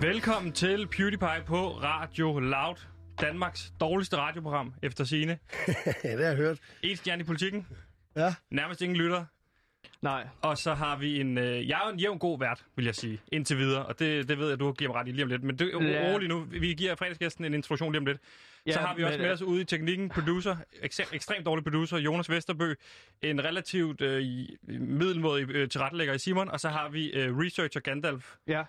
Velkommen til PewDiePie på Radio Loud. Danmarks dårligste radioprogram efter sine. Ja, det har jeg hørt. En stjerne i politikken. Ja. Nærmest ingen lytter. Nej, Og så har vi en... Øh, jeg er jo en jævn god vært, vil jeg sige, indtil videre. Og det, det ved jeg, du giver mig ret i lige om lidt. Men det er Ja. roligt nu. Vi giver fredagsgæsten en introduktion lige om lidt. Ja, så Ja, har vi også men, med øh, os ude i teknikken producer, ekse- ekstremt dårlig producer, Jonas Vesterbø. En relativt øh, i- middelmådig øh, tilrettelægger i Simon. Og så har vi øh, researcher Gandalf. ja.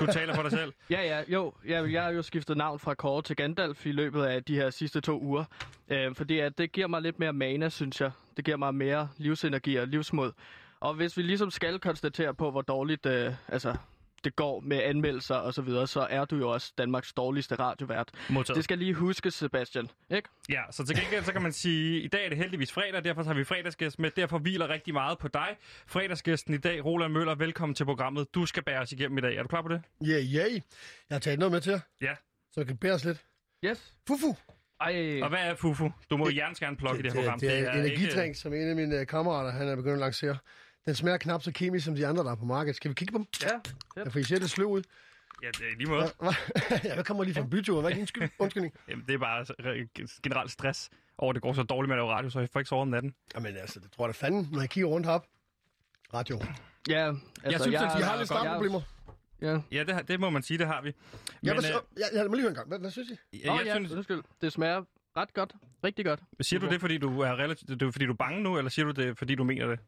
Du taler for dig selv. Ja, ja, jo. Jeg, jeg har jo skiftet navn fra Kåre til Gandalf i løbet af de her sidste to uger. Øh, fordi at det giver mig lidt mere mana, synes jeg. Det giver mig mere livsenergi og livsmod. Og hvis vi ligesom skal konstatere på, hvor dårligt øh, altså, det går med anmeldelser og så videre, så er du jo også Danmarks dårligste radiovært. Modtaget. Det skal lige huskes, Sebastian. Ikke? Ja, så til gengæld så kan man sige, i dag er det heldigvis fredag, derfor har vi fredagsgæst med, derfor hviler rigtig meget på dig. Fredagsgæsten i dag, Roland Møller, velkommen til programmet. Du skal bære os igennem i dag. Er du klar på det? Ja, yeah, ja. Yeah. Jeg har taget noget med til jer, Ja. så jeg kan bære os lidt. Yes. Fufu! Ej, Og hvad er Fufu? Du må gerne plukke i det her program. det, er, en energidrink, ikke- som en af mine øh, kammerater han er begyndt at lancere. Den smager knap så kemisk som de andre, der er på markedet. Skal vi kigge på dem? ja. Ja, for I ser det sløv ud. Ja, det er i lige måde. Hva- hva- Jeg kommer lige fra en bytur. Hvad er din skyld? Undskyldning. Jamen, det er bare så- re- generelt stress over, at det går så dårligt med at lave radio, så jeg får ikke sovet om natten. Jamen altså, det tror jeg da fanden, når jeg kigger rundt herop. Radio. ja altså, Jeg synes, at Vi har lidt startproblemer. Ja. Ja, det, har- det må man sige, det har vi. Jeg, Men, vil, øh, så- jeg, jeg, må lige høre en gang. Hvad, hvad synes I? jeg, Åh, jeg ja, synes, undskyld. Det smager ret godt. Rigtig godt. siger du det, fordi du er relativt, det er, fordi du er bange nu, eller siger du det, fordi du mener det?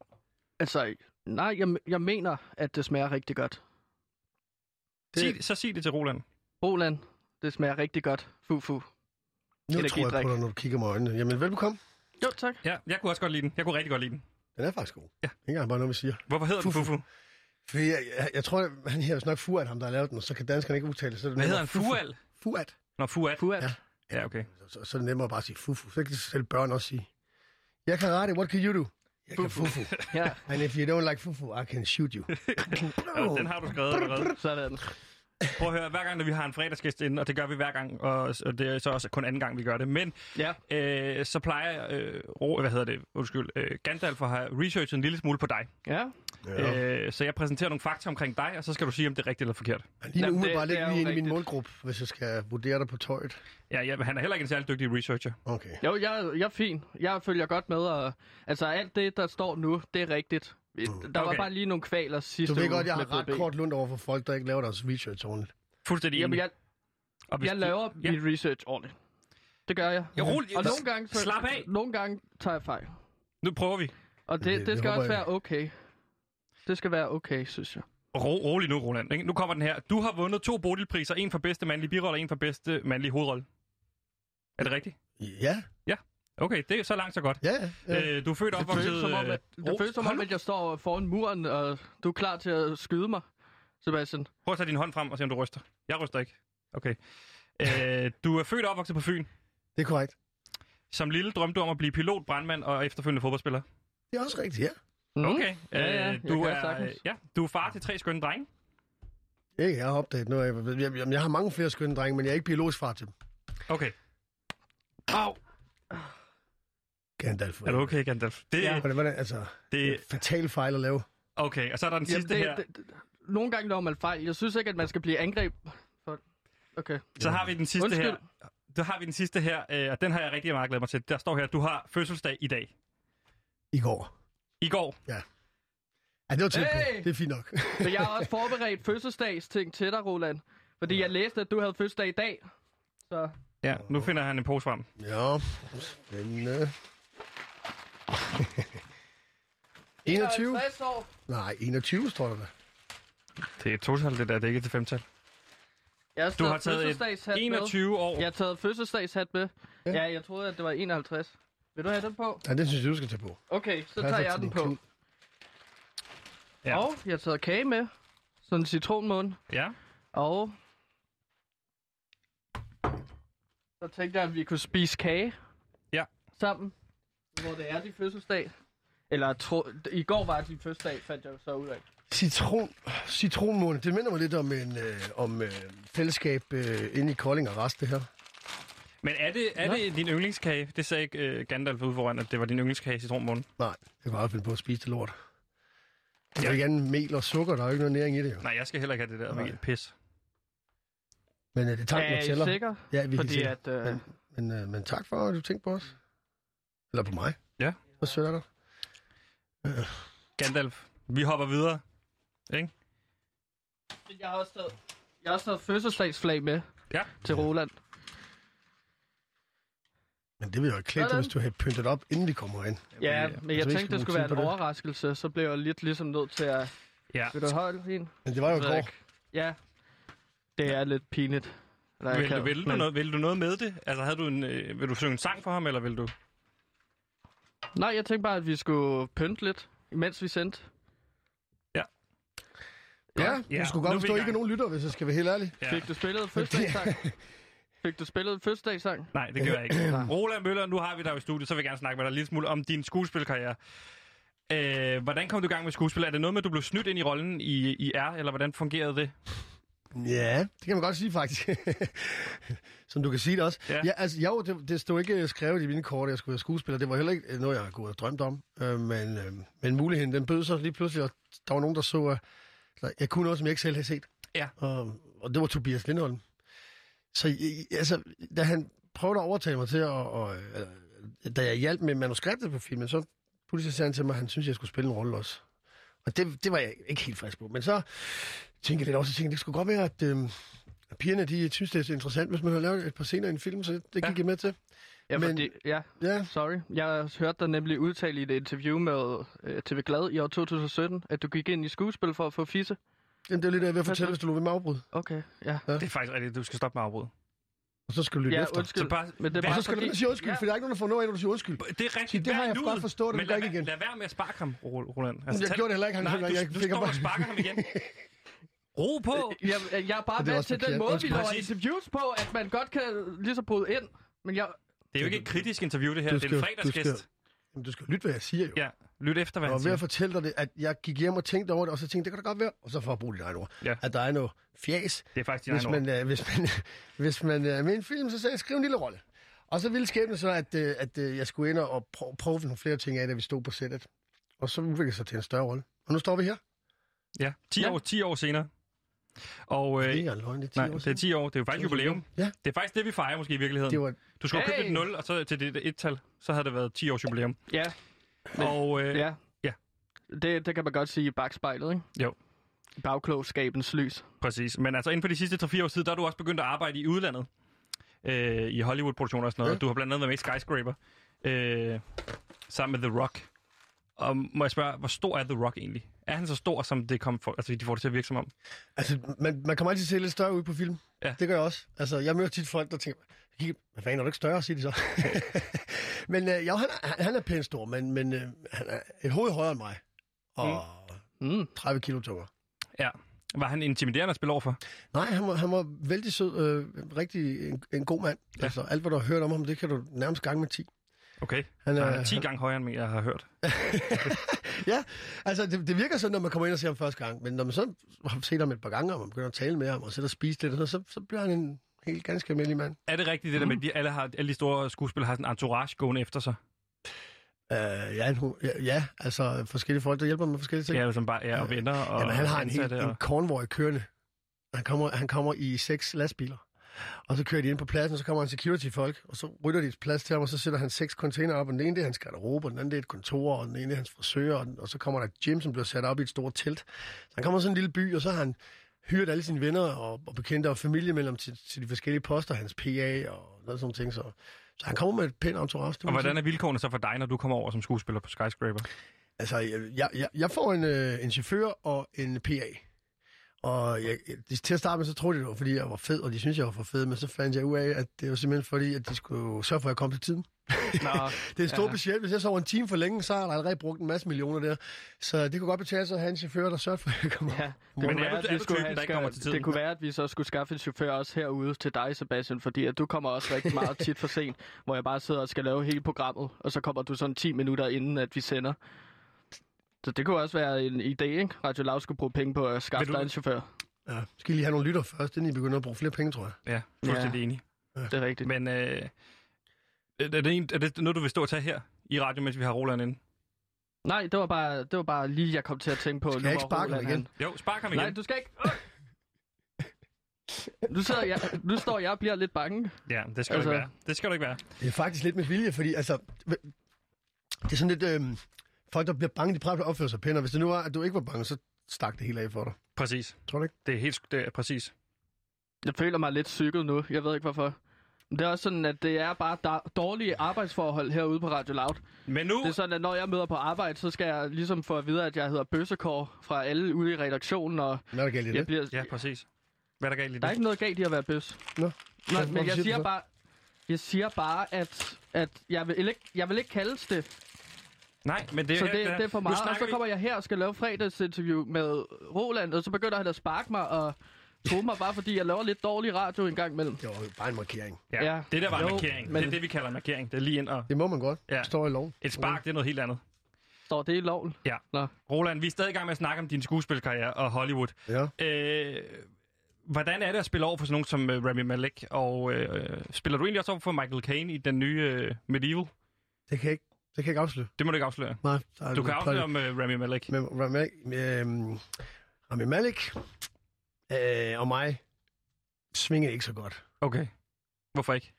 Altså, nej, jeg, jeg mener, at det smager rigtig godt. Det- Sig, så sig det til Roland. Roland, det smager rigtig godt. Fufu. Nu tror jeg Energidrik. på dig, når du kigger mig i øjnene. Jamen, velbekomme. Jo, tak. Ja, jeg kunne også godt lide den. Jeg kunne rigtig godt lide den. Den er faktisk god. Ja. Ikke engang bare noget, man siger. Hvorfor hedder den Fufu. Fufu? Fordi jeg, jeg, jeg tror, at han her nok Fuat, ham der har lavet den, og så kan danskerne ikke udtale det. så er det. Hvad nemmere. hedder han? Fual? Fuat. Nå, Fuat. Fuat. Ja. Ja. Ja, okay. Så, så, så er det nemmere bare at sige fufu. Så kan selv børn også sige. Jeg kan rette, what can you do? Jeg kan fufu. ja. And if you don't like fufu, I can shoot you. Ja, den har du skrevet allerede. Sådan. Prøv at høre, hver gang, når vi har en fredagsgæst inde, og det gør vi hver gang, og og det er så også kun anden gang, vi gør det, men Ja. øh, så plejer, øh, Ro- hvad hedder det, undskyld, øh, Gandalf at have researchet en lille smule på dig. Ja. Ja. Øh, så jeg præsenterer nogle fakta omkring dig, og så skal du sige, om det er rigtigt eller forkert. Han ligner Jamen, det- umiddelbart det lidt er jo lige inde i min rigtigt. målgruppe, hvis jeg skal vurdere dig på tøjet. Ja, ja, han er heller ikke en særlig dygtig researcher. Okay. Jo, jeg, jeg er fin. Jeg følger godt med, og altså alt det, der står nu, det er rigtigt. Der var Okay. bare lige nogle kvaler sidste Du ved uge godt, jeg med har ret BB. kort lund over for folk, der ikke laver deres research ordentligt. Fuldstændig Jamen, enig. jeg, Og hvis jeg du- laver Ja. min research ordentligt. Det gør jeg. Ja, rolig. Og nogle gange, så, Slap af. nogle gange tager jeg fejl. Nu prøver vi. Og Jamen, det, det- det det skal håber også jeg. være okay. Det skal være okay, synes jeg. Ro, rolig nu, Roland. ikke? Nu kommer den her. Du har vundet to Bodilpriser. En for bedste mandlige birolle, og en for bedste mandlige hovedrolle. Er det rigtigt? Ja, Okay, det er så langt, så godt. ja, ja. Øh, du er født og Det føles opvokset... som om, øh, at, det Ro- føles, som Hold om, nu. at jeg står foran muren, og du er klar til at skyde mig, Sebastian. Prøv at tage din hånd frem og se, om du ryster. Jeg ryster ikke. Okay. Øh, du er født og opvokset på Fyn. det er korrekt. Som lille drømte du om at blive pilot, brandmand og efterfølgende fodboldspiller. Det er også rigtigt, ja. Mm. Okay. Øh, Ja, ja, jeg du kan er, sagtens. ja, du er far til tre skønne drenge. Ikke, jeg har opdaget noget. Jeg, jeg, jeg, jeg har mange flere skønne drenge, men jeg er ikke biologisk far til dem. Okay. Au. Gandalf. Er du okay, Gandalf? Det, Ja. ja. Hvordan, hvordan, altså, det er det, en fatal fejl at lave. okay, og så er der den sidste her. det, det, nogle gange laver man fejl. Jeg synes ikke, at man skal blive angreb. For... Okay. Så har vi den sidste Undskyld. her. Du har vi den sidste her, øh, og den har jeg rigtig meget glædet mig til. Der står her, du har fødselsdag i dag. I går. I går. Ja, det var tæt på. Hey! Det er fint nok. Så jeg har også forberedt fødselsdagsting til dig, Roland. Fordi jeg læste, at du havde fødselsdag i dag. Så Ja, nu finder han en pose frem. Ja, spændende. 21? 50 år. Nej, 21 står der da. Det er et total, det der. Det er ikke et femtal. Jeg har, Du har taget et fødselsdagshat med. 21 år. Jeg har taget fødselsdagshat med. Ja. Ja. ja, jeg troede, at det var 51. Vil du have den på? Nej, den synes jeg, du skal tage på. Okay, så Passer tager jeg til den din på. klud. Ja. Ja. Og jeg har taget kage med. Sådan en citronmåne. Ja. Og så tænkte jeg, at vi kunne spise kage Ja. sammen, hvor det er din fødselsdag. Eller tro... i går var det din fødselsdag, fandt jeg jo så ud af. Citron, citronmåne, det minder mig lidt om en øh, om øh, fællesskab øh, inde i Kolding og Rest, det her. Men er det, er Nå. det din yndlingskage? Det sagde ikke uh, Gandalf ude foran, at det var din yndlingskage i citronmånen. Nej, jeg kan bare finde på at spise det lort. Jeg vil gerne mel og sukker, der er jo ikke noget næring i det. Jo. Nej, jeg skal heller ikke have det der Nej. med pis. Men øh, det er tanken, er der I tæller. sikre? Ja, vi Fordi Fordi at... at, øh, Men, men, øh, men tak for, at du tænkte på os. Eller på mig. Ja. Hvor sødt er du? Gandalf, vi hopper videre. Ikke? jeg har også taget, jeg har også taget fødselsdagsflag med Ja. til Roland. Men det ville jo have klædt dig, Sådan. hvis du havde pyntet op, inden de kommer ind. Ja, Jamen, men altså, jeg vi tænkte, skal det skulle bruge være tid en på det. overraskelse, så blev jeg lidt ligesom nødt til at... Ja. Vil du holde en? Men det var jo i Ved jeg går. ikke. Ja, det er lidt pinligt. Eller jeg Vil, kan- du, vil, du men- noget, vil du noget med det? Altså, havde du en, øh, vil du synge en sang for ham, eller vil du... Nej, jeg tænkte bare, at vi skulle pynte lidt, imens vi sendte. Ja, Ja, du skulle nu er godt vi forstå, i at ikke er gang. nogen lytter, hvis jeg skal være helt ærlig. Ja. Fik du spillet en fødselsdagssang? Fik du spillet en fødselsdagssang? Nej, det gør jeg ikke. Roland Møller, nu har vi dig jo i studiet, så vil jeg gerne snakke med dig en lille smule om din skuespilkarriere. Øh, hvordan kom du i gang med skuespil? Er det noget med, at du blev snydt ind i rollen i, i R, eller hvordan fungerede det? Ja, det kan man godt sige faktisk. Som du kan sige det også. Ja. Ja. Ja, altså, jo, det, det stod ikke skrevet i mine kort, at jeg skulle være skuespiller. Det var heller ikke øh, noget, jeg kunne have drømt om. Øh, men, øh, men muligheden, den bød sig lige pludselig, og der var nogen, der så, at eller, jeg kunne noget, som jeg ikke selv havde set. Ja. Og, og det var Tobias Lindholm. Så øh, altså, da han prøvede at overtale mig til, at, og, øh, øh, da jeg hjalp med manuskriptet på filmen, så pludselig sagde han til mig, at han synes, jeg skulle spille en rolle også. Og det, det var jeg ikke helt frisk på. Men så tænkte jeg lidt over, så tænkte jeg, det skulle godt være, at øh, pigerne, de synes, det er interessant, hvis man har lavet et par scener i en film, så det gik Ja. jeg med til. Ja, Men- men... fordi, ja, Ja, sorry. Jeg hørte dig nemlig udtale i et interview med øh, TV Glad i år 2017, at du gik ind i skuespil for at få fisse. jamen, det er lidt, det, jeg er ved at Hvad så? fortælle, hvis du lå ved med afbrud. Okay, ja. Det er faktisk rigtigt, du skal stoppe med afbrud. Og så skal du lytte Ja, efter. undskyld. Så bare, Men det er Og Hvad- bare så skal du fordi- du sige undskyld, Ja. ja. for der er ikke nogen, der får noget af, når du siger undskyld. Det er rigtigt. det har Vær i jeg nuet. godt forstået, det Men gør lad, jeg ikke være- igen. Lad være med at sparke ham, Ro- Roland. Altså, jeg tag- gjorde det heller ikke, han Nej, heller du, ikke. Jeg du fik står ham og bare- sparker ham igen. Ro på. Øh, Jeg, jeg er bare Og det er vant også til den forkert. måde, vi Undskyld. laver Præcis. interviews på, at man godt kan lige så bryde ind. Men jeg, Det er jo ikke et kritisk interview, det her. Du Det er en skal- du skal- fredagsgæst. Jamen, du skal lytte, hvad jeg siger jo. Ja, lyt efter, hvad Jeg han var ved siger. at fortælle dig det, at jeg gik hjem og tænkte over det, og så tænkte, det kan da godt være, og så for at bruge dit eget ord, Ja. at der er noget fjæs, Det er faktisk din hvis egen ord. man, øh, hvis man, hvis man øh, er med i en film, så sagde jeg, skriv en lille rolle. Og så ville skæbnen så, at, øh, at øh, jeg skulle ind og prøve, prøve nogle flere ting af, da vi stod på sættet. Og så udviklede det sig til en større rolle. Og nu står Øh, vi her. Ja, 10 Ja. år, 10 år senere. Og øh, Det er en løgn, det er 10 nej, år det er siden. 10 år. Det er jo faktisk jubilæum. Ja. Det er faktisk det, vi fejrer måske i Det virkeligheden. var, Du skulle have købt Hey! et 0, og så til det 1-tal, så havde det været 10 års jubilæum. ja, Men- Og øh, ja. ja. Det, det kan man godt sige i bagspejlet, ikke? Jo. I Bagklogskabens lys. præcis. Men altså inden for de sidste 3-4 år siden, der er du også begyndt at arbejde i udlandet. Øh, I Hollywood-produktioner og sådan noget. Ja. Du har blandt andet været med i Skyscraper. Øh, sammen med The Rock. Og må jeg spørge, hvor stor er The Rock egentlig? Er han så stor, som det kom for, altså, de får det til at virke som om? altså, man, man kommer altid til at se lidt større ud på film. Ja. Det gør jeg også. Altså, jeg møder tit folk, der tænker, "Kig, hvad fanden, er du ikke større, siger de så. men øh, jo, han, er- han, han er pænt stor, men, men øh, han er et hoved højere end mig. Og Mm. 30 kilo tungere. Ja. Var han intimiderende at spille overfor? Nej, han var, han var vældig sød, øh, rigtig en, en god mand. Ja. Ja. Altså, alt, hvad du har hørt om ham, det kan du nærmest gange med 10. Okay. Han Så han er 10 gange højere, end jeg har hørt. Ja, altså det, det virker sådan, når man kommer ind og ser ham første gang, men når man så har set ham et par gange, og man begynder at tale med ham, og sætter og spise lidt, og sådan, så, så bliver han en helt ganske almindelig mand. Er det rigtigt, det der med, Mm. at de, alle, har, alle de store skuespillere har sådan en entourage gående efter sig? Øh, ja, nu, ja, ja, altså forskellige folk, der hjælper ham med forskellige ting. Ja, som bare er og venner og Jamen, han har en, helt, ansatte en og... konvoj kørende. Han kommer, han kommer i seks lastbiler. Og så kører de ind på pladsen, og så kommer en security-folk, og så rytter de et plads til ham, og så sætter han seks container op, og den ene det er hans garderobe, og den anden det er et kontor, og den ene det er hans frisør, og, den- og så kommer der et gym, som bliver sat op i et stort telt. Så han kommer til sådan en lille by, og så har han hyret alle sine venner og, og bekendte og familie mellem til, til de forskellige poster, hans PA og noget sådan nogle ting. Så, så han kommer med et pænt entourage. det Og må man sige. hvordan er vilkårene så for dig, når du kommer over som skuespiller på Skyscraper? Altså, jeg, jeg- jeg, jeg får en, øh, en chauffør og en PA. Og jeg, de, til at starte med, så troede de, det var, fordi jeg var fed, og de synes jeg var for fed, men så fandt jeg ud af, at det var simpelthen fordi, at de skulle sørge for, at jeg kom til tiden. Nå, Det er et stort Ja. ja. budget. Hvis jeg sover en time for længe, så har der allerede brugt en masse millioner der. Så det kunne godt betale sig at have en chauffør, der sørger for, at jeg kommer. Ja. ja. Det Men kunne er være, du- at er vi du skulle typen, have- der ikke kommer til tiden? Det kunne være, at vi så skulle skaffe en chauffør også herude til dig, Sebastian, fordi at du kommer også rigtig meget tit for sent, hvor jeg bare sidder og skal lave hele programmet, og så kommer du sådan 10 minutter inden, at vi sender. Så det kunne også være en idé, ikke? Radio Lav skulle bruge penge på at skaffe Vil du- dig en chauffør. Ja. Skal I lige have nogle lytter først, inden I begynder at bruge flere penge, tror jeg. Ja, fuldstændig ja. enig. Det er rigtigt. Men øh, er, det en, er det noget, du vil stå og tage her i radio, mens vi har Roland inde? Nej, det var bare, det var bare lige, jeg kom til at tænke på. Skal nu, jeg ikke hvor sparke ham Roland, igen? han- Jo, spark ham igen. Nej, du skal ikke. Nu, sidder jeg, nu står jeg og bliver lidt bange. Ja, det skal altså... Altså- du ikke være. Det skal du ikke være. Det er faktisk lidt med vilje, fordi altså... Det er sådan lidt... Øh, folk, der bliver bange, de prøver at opføre sig pænt, og hvis det nu var, at du ikke var bange, så stak det hele af for dig. Præcis. Tror du ikke? Det er helt det er præcis. Jeg føler mig lidt psyket nu. Jeg ved ikke hvorfor. Men det er også sådan, at det er bare da- dårlige arbejdsforhold herude på Radio Loud. Men nu... Det er sådan, at når jeg møder på arbejde, så skal jeg ligesom få at vide, at jeg hedder Bøssekår fra alle ude i redaktionen, og Hvad er der galt i jeg det? bliver... Ja, præcis. Hvad er der galt i det? Der er ikke noget galt i at være bøs. Nå. Nej, Hvorfor men jeg siger du siger så? bare... Jeg siger bare, at, at jeg, vil ikke, jeg vil ikke kaldes det. Nej, men det er så heller det, ikke det, her. er for Nu meget. Og snakker så kommer jeg her og skal lave fredagsinterview med Roland, og så begynder han at sparke mig og tro mig, bare fordi jeg laver lidt dårlig radio en gang imellem. Det var jo bare en markering. vi... ja, Ja. det der var en Jo, markering. men- Det er det, vi kalder en markering. Det er lige ind og... Det må man godt. Ja. Ja. Står i loven. Et spark, det er noget helt andet. Står det i loven? Ja. Nå. Roland, vi er stadig i gang med at snakke om din skuespilkarriere og Hollywood. Ja. Øh, hvordan er det at spille over for sådan nogen som øh, Rami Malek? Og øh, spiller du egentlig også over for Michael Caine i den nye øh, Medieval? Det kan jeg ikke, det kan jeg ikke afsløre. Det må du ikke afsløre. Nej, der er Du kan lidt afsløre om øh, Rami Malek. med Rami, øh, Rami Malek øh, og mig svinger ikke så godt. Okay. Hvorfor ikke?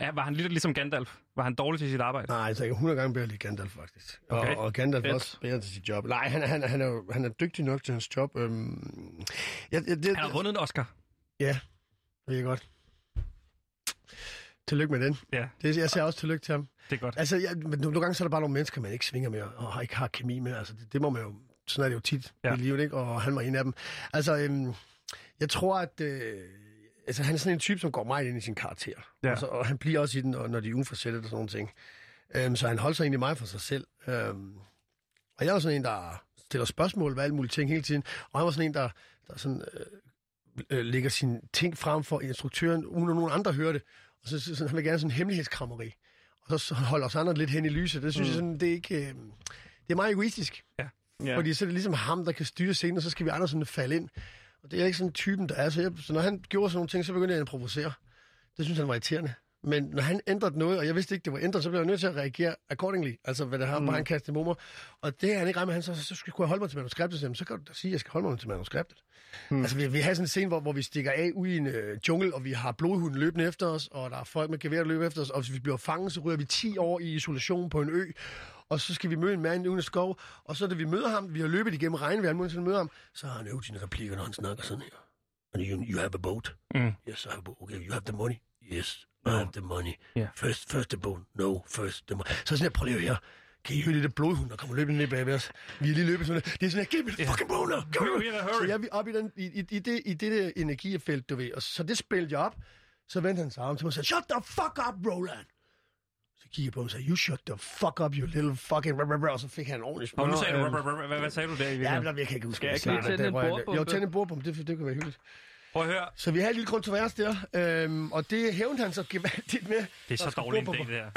Ja, var han lidt ligesom Gandalf? Var han dårlig til sit arbejde? Nej, altså jeg er 100 gange bedre lige Gandalf faktisk. Okay. Og, og Gandalf er Fedt. også bedre til sit job. Nej, han, er- han, er- han, er, jo- han er dygtig nok til hans job. Øhm, jeg, jeg, det, Han har vundet en Oscar. Det er godt. Tillykke med den. Ja, Det, jeg siger også tillykke til ham. det er godt. Altså, jeg, men nogle gange så er der bare nogle mennesker, man ikke svinger med, og har- ikke har kemi med. Altså, det, det må man jo... Sådan er det jo tit Ja. ja. i livet, ikke? Og han var en af dem. Altså, øhm, jeg tror, at... Øh, altså, han er sådan en type, som går meget ind i sin karakter. Ja. Ja. Altså, og han bliver også i den, og når de er uden for sættet og sådan nogle ting. Øhm, så han holder sig egentlig meget for sig selv. Øhm, og jeg er jo sådan en, der stiller spørgsmål ved alle mulige ting hele tiden. Og han var sådan en, der, der sådan, øh, øh, lægger sine ting frem for instruktøren, uden at nogen andre hører det. Og så, så sådan, han vil gerne sådan en hemmelighedskrammeri. Og så- så holder os andre lidt hen i lyset. Det synes mm. jeg sådan, det er ikke... Øh, det er meget egoistisk. Ja. Fordi så er det ligesom ham, der kan styre scenen, og så skal vi andre sådan falde ind. Og det er ikke sådan typen, der er. Så, jeg, så når han gjorde sådan nogle ting, så begyndte jeg at provocere. Det synes han var irriterende. Men når han ændrede noget, og jeg vidste ikke, det var ændret, så blev jeg nødt til at reagere accordingly. Altså, hvad det har, mm. bare han kastede mod mig. Og det er han ikke regnet med, han så, så skulle jeg holde mig til manuskriptet. Så, jamen, så kan du da sige, at jeg skal holde mig til manuskriptet. Mm. Altså, vi, vi har sådan en scene, hvor, hvor vi stikker af ude i en øh, jungle, og vi har blodhunden løbende efter os, og der er folk med gevær, der løber efter os. Og hvis vi bliver fanget, så ryger vi 10 år i isolation på en ø, og så skal vi møde en mand uden skov, og så da vi møder ham, vi har løbet igennem regnvejr, muligt til at møde ham, så har han øvet sine replikker, når han snakker sådan her. And you, you have a boat? Mm. Yes, I have a boat. Okay, you have the money? Yes, I have the money. Ja. First, first the boat. No, first the money. Så sådan her, prøv lige at høre her. Kan I høre det der blodhund, der kommer løbende ned bagved os? Vi er lige løbet sådan her. Det er sådan her, give me the fucking bone now. Give me Hurry, hurry, hurry. Så jeg vi op i, den, i, i, i, det, i det der energifelt, du ved. Og så det spillede jeg op. Så vendte han sig om til mig og sagde, shut the fuck up, Roland. Så kiggede jeg på ham og sagde, you shut the fuck up, you little fucking... rah, rah, rah." Og så fik han en ordentlig smør. Og nu sagde du, Øhm, rah, rah, rah, hvad, hvad sagde du der i Ja, virkeligheden? men der, jeg kan ikke huske, Skal jeg hvad ikke sagde. lige tænde Der en var jeg- bordbombe? Jo, tænde en bordbombe, det, det kunne være hyggeligt. Prøv at høre. Så vi havde en lille kontrovers der, øhm, og det hævnte han så gevaldigt med. Det er så dårligt en dag, det der.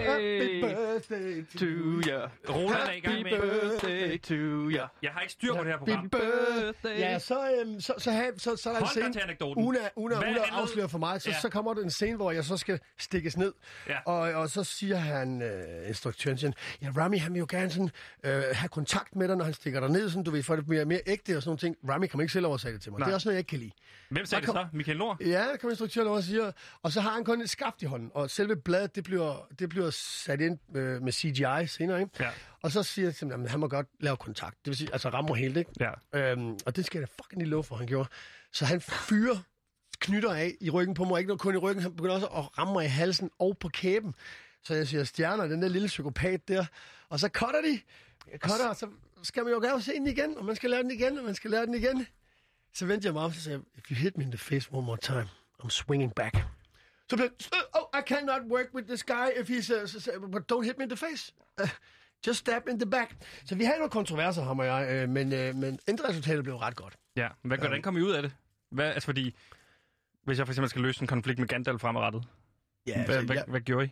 Happy Hey! birthday To to you. Roland er i gang Happy med... birthday to you. Jeg har ikke styr på det her program. Happy Birthday. Ja, så, øhm, så, så, havde, så, så er der en Hold dig scene, til anekdoten. uden at, uden at, Hvad uden at handlede- afsløre for mig, så, Ja. ja. så kommer der en scene, hvor jeg så skal stikkes ned. Ja. Og, og så siger han, øh, instruktøren, siger, han, ja, Rami, han vil jo gerne sådan, øh, have kontakt med dig, når han stikker dig ned, sådan, du ved, for det bliver mere ægte og sådan nogle ting. Rami kommer ikke selv over at sige det til mig. Nej. Nej. Det er også noget, jeg ikke kan lide. Hvem sagde det Der så? Michael Nord? Ja, der kommer instruktøren over og siger, og så har han kun et skaft i hånden, og selve bladet, det bliver, det bliver sat ind øh, med, med CGI senere, ikke? Ja. Og så siger jeg til ham, at han må godt lave kontakt, det vil sige, altså rammer helt, ikke? Ja. Øhm, og det skal jeg da fucking lige love for, han gjorde. Så han fyrer knytter af i ryggen på mig, ikke noget kun i ryggen, han begynder også at ramme mig i halsen og på kæben. Så jeg siger, stjerner, den der lille psykopat der. Og så cutter de, Jeg cutter, og så skal man jo gerne se den igen, og man skal lære den igen, og man skal lære den igen. Så vendte jeg mig om, så sagde jeg, if you hit me in the face one more time, I'm swinging back. Så blev han, oh, I cannot work with this guy if he's, uh, så sagde jeg, but don't hit me in the face. Uh, just stab me in the back. Så vi havde nogle kontroverser, ham og jeg, øh, men, øh, men endresultatet blev ret godt. Ja. Hvad, hvordan kom I ud af det? Hvad, altså fordi, hvis jeg for eksempel skal løse en konflikt med Gandalf fremadrettet, Ja, altså, hvad, hvad, hvad gjorde I?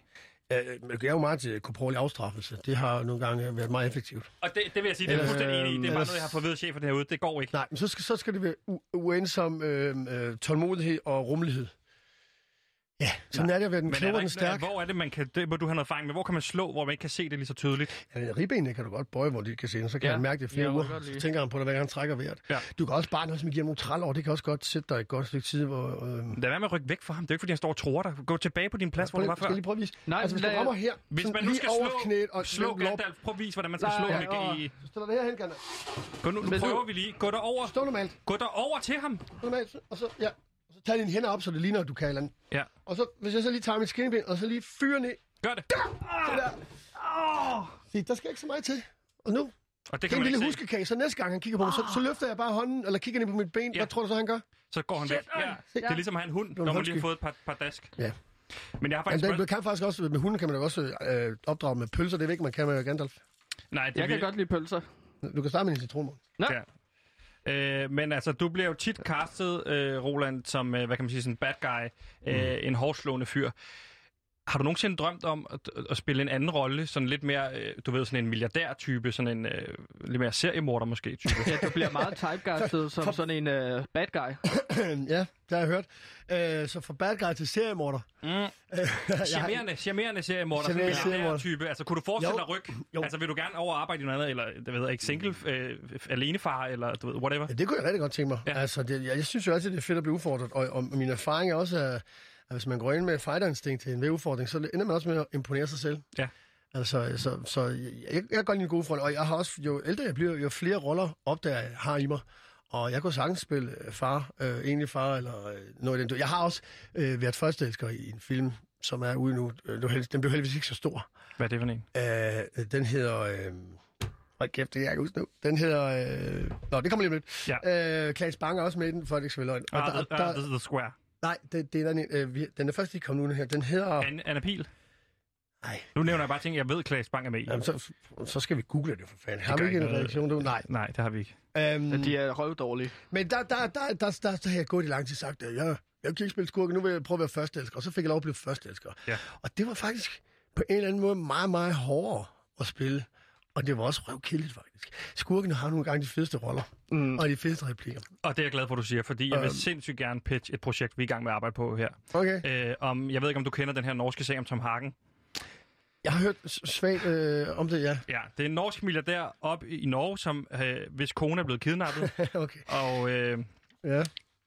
Øh, men det er jo meget til korporlig afstraffelse. Det har nogle gange øh, været meget effektivt. Og det, det vil jeg sige, det er jeg fuldstændig enig i. Det er bare ellers- noget, jeg har fået ved af chefen herude. Det går ikke. Nej, men så skal, så skal det være u- uensom øh, øh, tålmodighed og rummelighed. Ja, sådan er det at være den Men er kloge der og den ikke, stærke. hvor er det, man kan, det, hvor du har noget erfaring med? Hvor kan man slå, hvor man ikke kan se det lige så tydeligt? Ja, men ribbenene kan du godt bøje, hvor de kan se den. Så kan Ja. ja. han mærke det i flere Ja, ja, jeg kan uger. godt Så lide. tænker han på det, hver gang han trækker vejret. Ja. Du kan også bare noget, som giver nogle træl over. Det kan også godt sætte dig et godt stykke tid, hvor... Øh, Lad være med at rykke væk fra ham. Det er jo ikke, fordi han står og tror dig. Gå tilbage på din plads, hvor du var skal før. jeg lige prøve at vise? Nej, Nej, altså, hvis du lad- rammer her, Hvis sådan man nu lige skal over slå, knæet og slå lægge lov- Gandalf, prøv at vise, hvordan man skal slå ham og- ikke i... Du stiller dig herhen, Gandalf. Gå nu, nu Men du- prøver vi lige. Gå derover. Stå normalt. Gå derover til ham. Stå normalt. Og så, ja. Og så tag dine hænder op, så det ligner, at du kan et eller andet. Ja, Og så, hvis jeg så lige tager mit skinnebind, og så lige fyrer ned. gør det. Det Ah! der. Se, der skal ikke så meget til. Og nu, Og Ah! det det er kan en man lille ikke se. Ah! huskekage, så næste gang han kigger på mig, så, så løfter jeg bare hånden, eller kigger ned på mit ben. Ja. Hvad tror du så, han gør? Så går han væk. Ja. Det er ligesom at have en hund, når man lige har fået et par, par dask. Men Ja. jeg har Men faktisk... den, spørgsmål- man kan faktisk også, med hunden kan man jo også øh, opdrage med pølser, det er ikke, man kan med Gandalf. Nej, det Jeg vi- kan godt lide pølser. Du kan starte med en citronmål. Ja. Øh, men altså, du bliver jo tit castet, øh, Roland, som, øh, hvad kan man sige, sådan en bad guy, øh, Mm. en hårdslående fyr. Har du nogensinde drømt om at, at spille en anden rolle, sådan lidt mere, øh, du ved, sådan en milliardær-type, sådan en øh, lidt mere seriemorder måske type? Ja, du bliver meget typecastet som sådan en øh, bad guy. ja, det har jeg hørt. Øh, så fra bad guy til seriemorder. Mm. Charmerende, charmerende seriemorder, sådan en Charmerende seriemorder. milliardær-type. Altså, kunne du forestille Jo. dig ryg? Jo. Mm. Altså, vil du gerne over og arbejde i noget andet, eller, det ved jeg ikke, single, øh, f- alenefar, eller du ved, whatever? Ja, det kunne jeg rigtig godt tænke mig. Ja. Ja. Altså, det, jeg, jeg synes jo altid, det er fedt at blive udfordret, og, og min erfaring er også, at, at hvis man går ind med et fighterindstinkt til en ved udfordring, så ender man også med at imponere sig selv. Ja. Altså, så, så jeg, jeg kan godt lide en god front, og jeg har også, jo ældre jeg bliver, jo flere roller opdager jeg har i mig. Og jeg kunne sagtens spille øh, far, øh, egentlig far, eller øh, noget i den. dur. Jeg har også øh, været førsteelsker i en film, som er ude nu. Øh, nu helst- Den blev heldigvis ikke så stor. Hvad er det for en? Øh, den hedder... Øh, hold kæft, det kan jeg ikke huske nu. Den hedder... Øh, nå, det kommer lige om lidt. Ja. Øh, Klaas Bang er også med i den, for at det ikke skal være løgn. Og Ah, der, the, der, ah, the, the Square. nej, det, det er den, øh, vi, den er først lige kommet ud nu her. Den hedder... Anna, Anna Pil. Nej, Nu nævner jeg bare ting, jeg ved, Klaas Bang er med i. jamen, så, så skal vi google det for fanden. Har gør vi ikke ikke en noget. reaktion? Du? Nej. Nej, det har vi ikke. Mm. Øhm, De er røvdårlige. Men der, der, der, der, der, der, der har jeg gået i lang tid sagt, at jeg, jeg kan ikke spille skurke, nu vil jeg prøve at være førsteelsker. Og så fik jeg lov at blive førsteelsker. Ja. Og det var faktisk på en eller anden måde meget, meget hårdere at spille. Og det var også røvkildigt, faktisk. Skurkene har nogle gange de fedeste roller. Mm. Og de fedeste replikker. Og det er jeg glad for, du siger, fordi jeg vil Øhm. sindssygt gerne pitche et projekt, vi er i gang med at arbejde på her. Okay. Øh, om, jeg ved ikke, om du kender den her norske sag om Tom Hagen. Jeg har hørt s- svagt øh, om det, ja. Ja, det er en norsk milliardær op i i Norge, som, øh, hvis kone er blevet kidnappet, okay. og øh, Ja.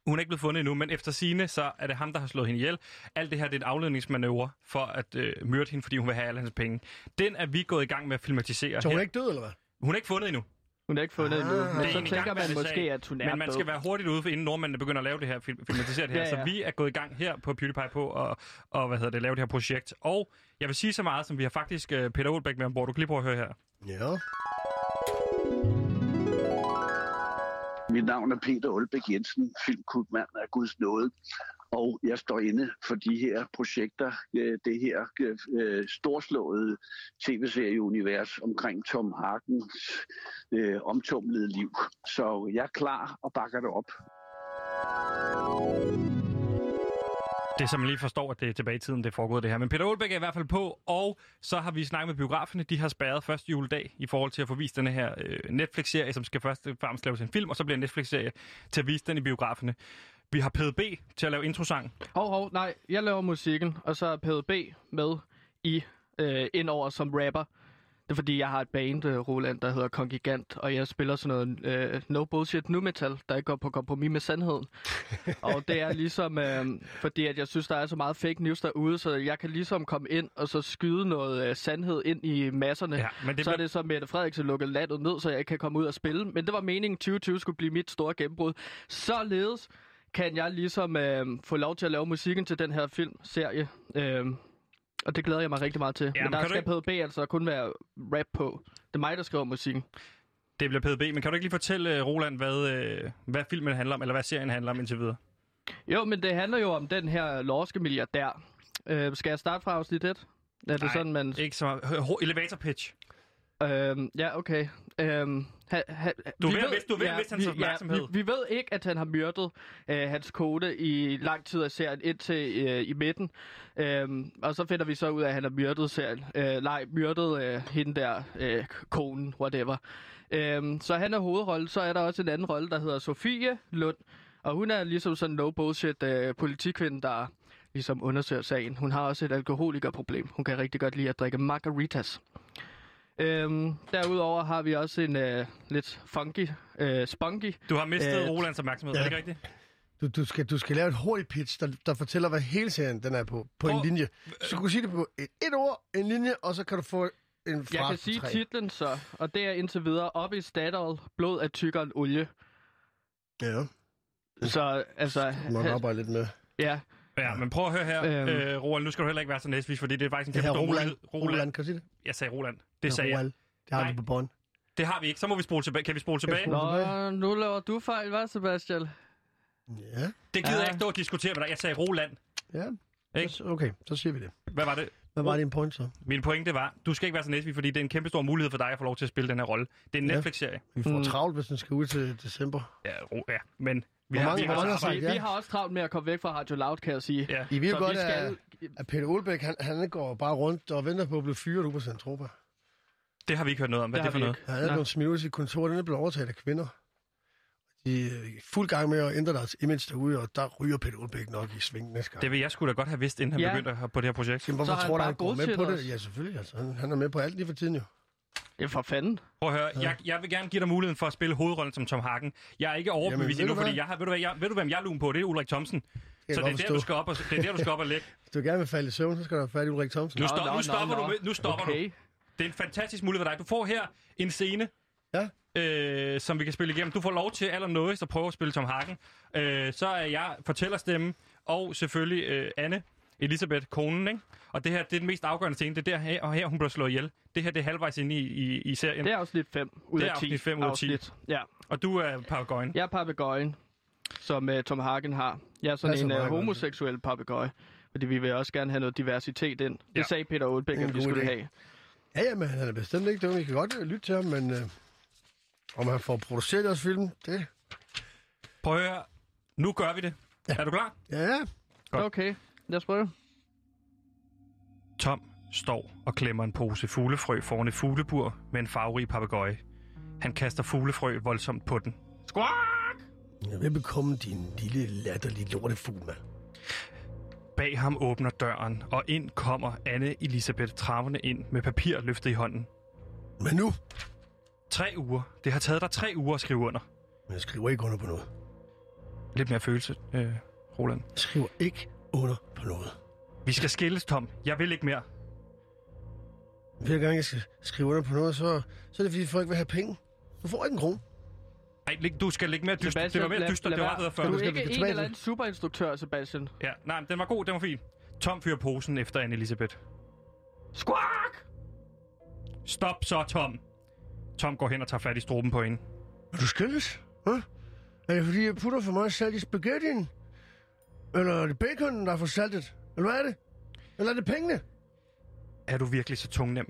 hun er ikke blevet fundet endnu, men efter sine, så er det ham, der har slået hende ihjel. Alt det her, det er en afledningsmanøvre for at øh, myrde hende, fordi hun vil have alle hans penge. Den er vi gået i gang med at filmatisere. Så hun her. er ikke død, eller hvad? hun er ikke fundet endnu. Hun er ikke fundet Ah. endnu, men Det er en så tænker man igangværende måske, sag, at hun er Men man skal død. være hurtigt ude, for inden nordmændene begynder at lave det her, film, filmatisere det her. Ja, ja, ja. ja. Så vi er gået i gang her på PewDiePie på og, og hvad hedder det, lave det her projekt. Og jeg vil sige så meget, som vi har faktisk øh, Peter Olbæk med ombord. Du kan lige prøve at høre her. Ja. Mit navn er Peter Olbæk Jensen, filmkubmand af Guds nåde, og jeg står inde for de her projekter, øh, det her øh, storslåede tv-serieunivers omkring Tom Harkens øh, omtumlede liv. Så jeg er klar og bakker det op. Det er, så man lige forstår, at det er tilbage i tiden, det er foregået det her. Men Peter Olbæk er i hvert fald på, og så har vi snakket med biograferne. De har spærret første juledag i forhold til at få vist den her øh, Netflix-serie, som skal først og fremmest laves en film, og så bliver en Netflix-serie til at vise den i biograferne. Vi har PDB til at lave introsang. Hov, hov, nej, jeg laver musikken, og så er PDB med i øh, indover som rapper. Det er fordi, jeg har et band, øh, Roland, der hedder Kongigant, og jeg spiller sådan noget øh, no bullshit nu metal, der ikke går på kompromis med sandheden. og det er ligesom, øh, fordi at jeg synes, der er så meget fake news derude, så jeg kan ligesom komme ind og så skyde noget øh, sandhed ind i masserne. Ja, men det så er blev- det så, Mette Frederiksen lukkede landet ned, så jeg ikke kan komme ud og spille. Men det var meningen, 2020 skulle blive mit store gennembrud. Således kan jeg ligesom øh, få lov til at lave musikken til den her filmserie. Øh, og det glæder jeg mig rigtig meget til. men men der kan skal du PDB altså kun være rap på. Det er mig, der skriver musikken. Det bliver PDB, men kan du ikke lige fortælle, øh, Roland, hvad, øh, hvad filmen handler om, eller hvad serien handler om indtil videre? Jo, men det handler jo om den her norske milliardær. Øh, skal jeg starte fra afsnit 1? Er det Nej. sådan, man... Ikke så meget. H- h- Elevator pitch. Øhm, ja, okay. Øhm, ha, ha, Du er vi ved at miste- du er ved at miste hans vi- opmærksomhed. Ja, vi, vi ved ikke, at han har myrdet øh, hans kone i lang tid af serien, indtil øh, i midten. Øhm, og så finder vi så ud af, at han har myrdet serien. Øh, nej, myrdet øh, hende der, øh, konen, whatever. Øhm, så han er hovedrollen. Så er der også en anden rolle, der hedder Sofie Lund. Og hun er ligesom sådan no bullshit øh, politikvinde, der ligesom undersøger sagen. Hun har også et alkoholikerproblem. Hun kan rigtig godt lide at drikke margaritas. Øhm, derudover har vi også en øh, lidt funky, øh, spunky. Du har mistet Øh, Rolands opmærksomhed, ja. ja. er det ikke rigtigt? Du, du, skal, du skal lave et hurtigt pitch, der, der fortæller, hvad hele serien den er på, på Prøv- en linje. Så kan du sige det på et, et ord, en linje, og så kan du få en fra Jeg kan sige tre. titlen så, og det er indtil videre op i Statoil, blod er tykkere end olie. Ja, Så altså, du må arbejde lidt med. ja, Ja, men prøv at høre her, Øhm. øh, Roland, nu skal du heller ikke være så næstvis, fordi det er faktisk en Det kæmpe her stor Roland. mulighed. Roland. Roland. kan du sige det? Jeg sagde Roland. Det sagde jeg. Roland. Det har Nej. vi på bånd. Det har vi ikke. Så må vi spole tilbage. Kan vi spole tilbage? spole- Nå, nu laver du fejl, hva' Sebastian? Ja, Det gider Ja. jeg ikke stå og diskutere med dig. Jeg sagde Roland. ja. Ikke? Så- Okay, så siger vi det. Hvad var det? Hvad var din point så? Min pointe var, du skal ikke være så næsvig, fordi det er en kæmpe stor mulighed for dig at få lov til at spille den her rolle. Det er en Ja. Netflix-serie. Vi får Mm. travlt, hvis den skal ud til december. Ja, ro, ja. men vi Hvor har, mange- vi hvor mange har har også sagt arbejdet. Altså, Vi, vi har også travlt med at komme væk fra Radio Loud, kan jeg sige. Ja. I ved Så godt, vi skal... at, at Peter Olbæk, han, han går bare rundt og venter på at blive fyret ud på Centropa. Det har vi ikke hørt noget om. Hvad er har det for vi noget? ikke. Han havde Nå. nogle smidt ud i sit kontor, den er blevet overtaget af kvinder. De er i fuld gang med at ændre deres image derude, og der ryger Peter Olbæk nok i sving næste gang. Det vil jeg skulle da godt have vidst, inden han Ja. begyndte at- på det her projekt. Jamen, hvorfor Så har tror du, han han bare går med på godset det? os. Ja, selvfølgelig. Altså. Han, han er med på alt lige for tiden jo. Ja, for fanden. Prøv at høre, jeg, jeg vil gerne give dig muligheden for at spille hovedrollen som Tom Hagen. Jeg er ikke Jamen, overbevist ved endnu, du hvad? fordi jeg har, ved du, hvad, jeg, ved du, hvem jeg er lun på? Det er Ulrik Thomsen. jeg Så det godt er, der, forstå. du skal op og, det er der, du skal op og lægge. Hvis du gerne vil falde i søvn, så skal du have fat i Ulrik Thomsen. Nu, Nå, stop, nå, nu nå, stopper, nå. du, med- nu stopper du. Okay. Det er en fantastisk mulighed for dig. Du får her en scene, Ja. øh, som vi kan spille igennem. Du får lov til allernådigst at prøve at spille Tom Hagen. Øh, så er jeg fortællerstemme, og selvfølgelig øh, Anne, Elisabeth, konen. Ikke? Og det her det er den mest afgørende scene. Det er der her, og her, hun bliver slået ihjel. Det her det er halvvejs inde i, i, i serien. Det er afsnit 5 ud Det af er 10. afsnit fem ud af ti. Afsnit. Ja. Og du er Paragon. Jeg er papegøjen, som uh, Tom Hagen har. Jeg er sådan Passer en uh, meget godt. homoseksuel papegøje, fordi vi vil også gerne have noget diversitet ind. Det Ja. sagde Peter Olbæk, En at vi god skulle idé. have. Ja, ja, men han er bestemt ikke dum. Vi kan godt øh, lytte til ham, men øh, om han får produceret deres film, det... Prøv at høre. Nu gør vi det. Ja. Er du klar? Ja, ja. Godt. Okay, lad os prøve. Tom står og klemmer en pose fuglefrø foran et fuglebur med en farverig papegøje. Han kaster fuglefrø voldsomt på den. Squawk! Velbekomme din lille latterlige lortefugl, mand. Bag ham åbner døren, og ind kommer Anne Elisabeth travende ind med papir løftet i hånden. Men nu, Tre uger. Det har taget dig tre uger at skrive under. men jeg skriver ikke under på noget. Lidt mere følelse, øh, Roland. Jeg skriver ikke under på noget. Vi skal skilles, Tom. Jeg vil ikke mere. Hver gang jeg skal skrive under på noget, så, så er det fordi folk vil have penge. Du får ikke en krone. Ej, lig- du skal ligge mere dyster. Det var mere lad- dyster, lad det var være. bedre før. Du Du er skal- ikke vi skal en tilbage eller til- anden superinstruktør, Sebastian. Ja, nej, men den var god, den var fin. Tom fyrer posen efter Anne Elisabeth. Squawk! Stop så, Tom. Tom går hen og tager fat i struben på hende. Er du skilles? Hå? Er det fordi, jeg putter for meget salt i spaghettien? Eller er det baconen, der er for saltet? Eller hvad er det? Eller er det pengene? Er du virkelig så tungnem?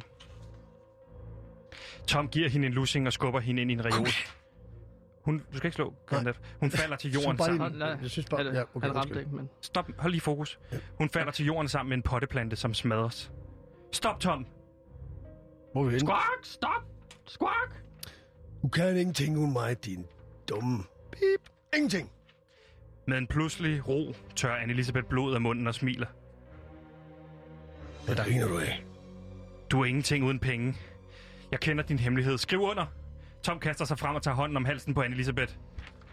Tom giver hende en lussing og skubber hende ind i en reol. Hun, du skal ikke slå, Grandet. Hun falder til jorden Så bare sammen. lige- Jeg synes bare- han, ja, okay, han ramte undskyld. ikke, men... Stop, hold lige fokus. Hun falder til jorden sammen med en potteplante, som smadres. Stop, Tom! Hvor er vi henne? Squawk! Stop! Squawk! Du kan ingenting uden mig, din dumme pip. Ingenting. Med en pludselig ro tør Anne-Elisabeth blod af munden og smiler. Hvad griner du af? Du er ingenting uden penge. Jeg kender din hemmelighed. Skriv under! Tom kaster sig frem og tager hånden om halsen på Anne-Elisabeth.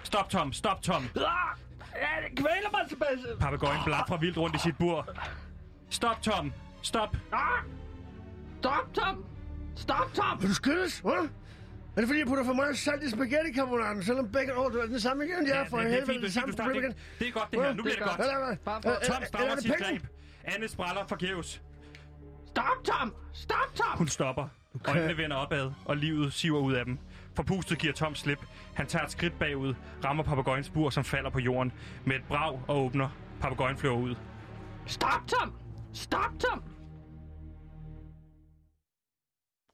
Stop, Tom! Stop, Tom! Ah! Ja, det kvæler mig, Sebastian! Papagøjen blaffer vildt rundt i sit bur. Stop, Tom! Stop! Ah! Stop, Tom! Stop, Tom! Vil Ah, du skyldes? Hvad? Er det fordi, jeg putter for meget salt i spaghetti-karbonaden, selvom bacon... Åh, det er den samme igen. Jeg er for det, det, er helvede fint, det, det, er fint, samme du starter problem igen. igen. det er godt, det her. Nu Det bliver er det godt. Hvad er det? Bare for- Øh, øh, Tom eller er stopper det sit penge? greb. Anne spræller forgæves. Stop, Tom! Stop, Tom! Hun stopper. kan- Øjnene vender opad, og livet siver ud af dem. Forpustet giver Tom slip. Han tager et skridt bagud, rammer papegøjens bur, som falder på jorden. Med et brag og åbner. Papegøjen flyver ud. Stop, Tom! Stop, Tom!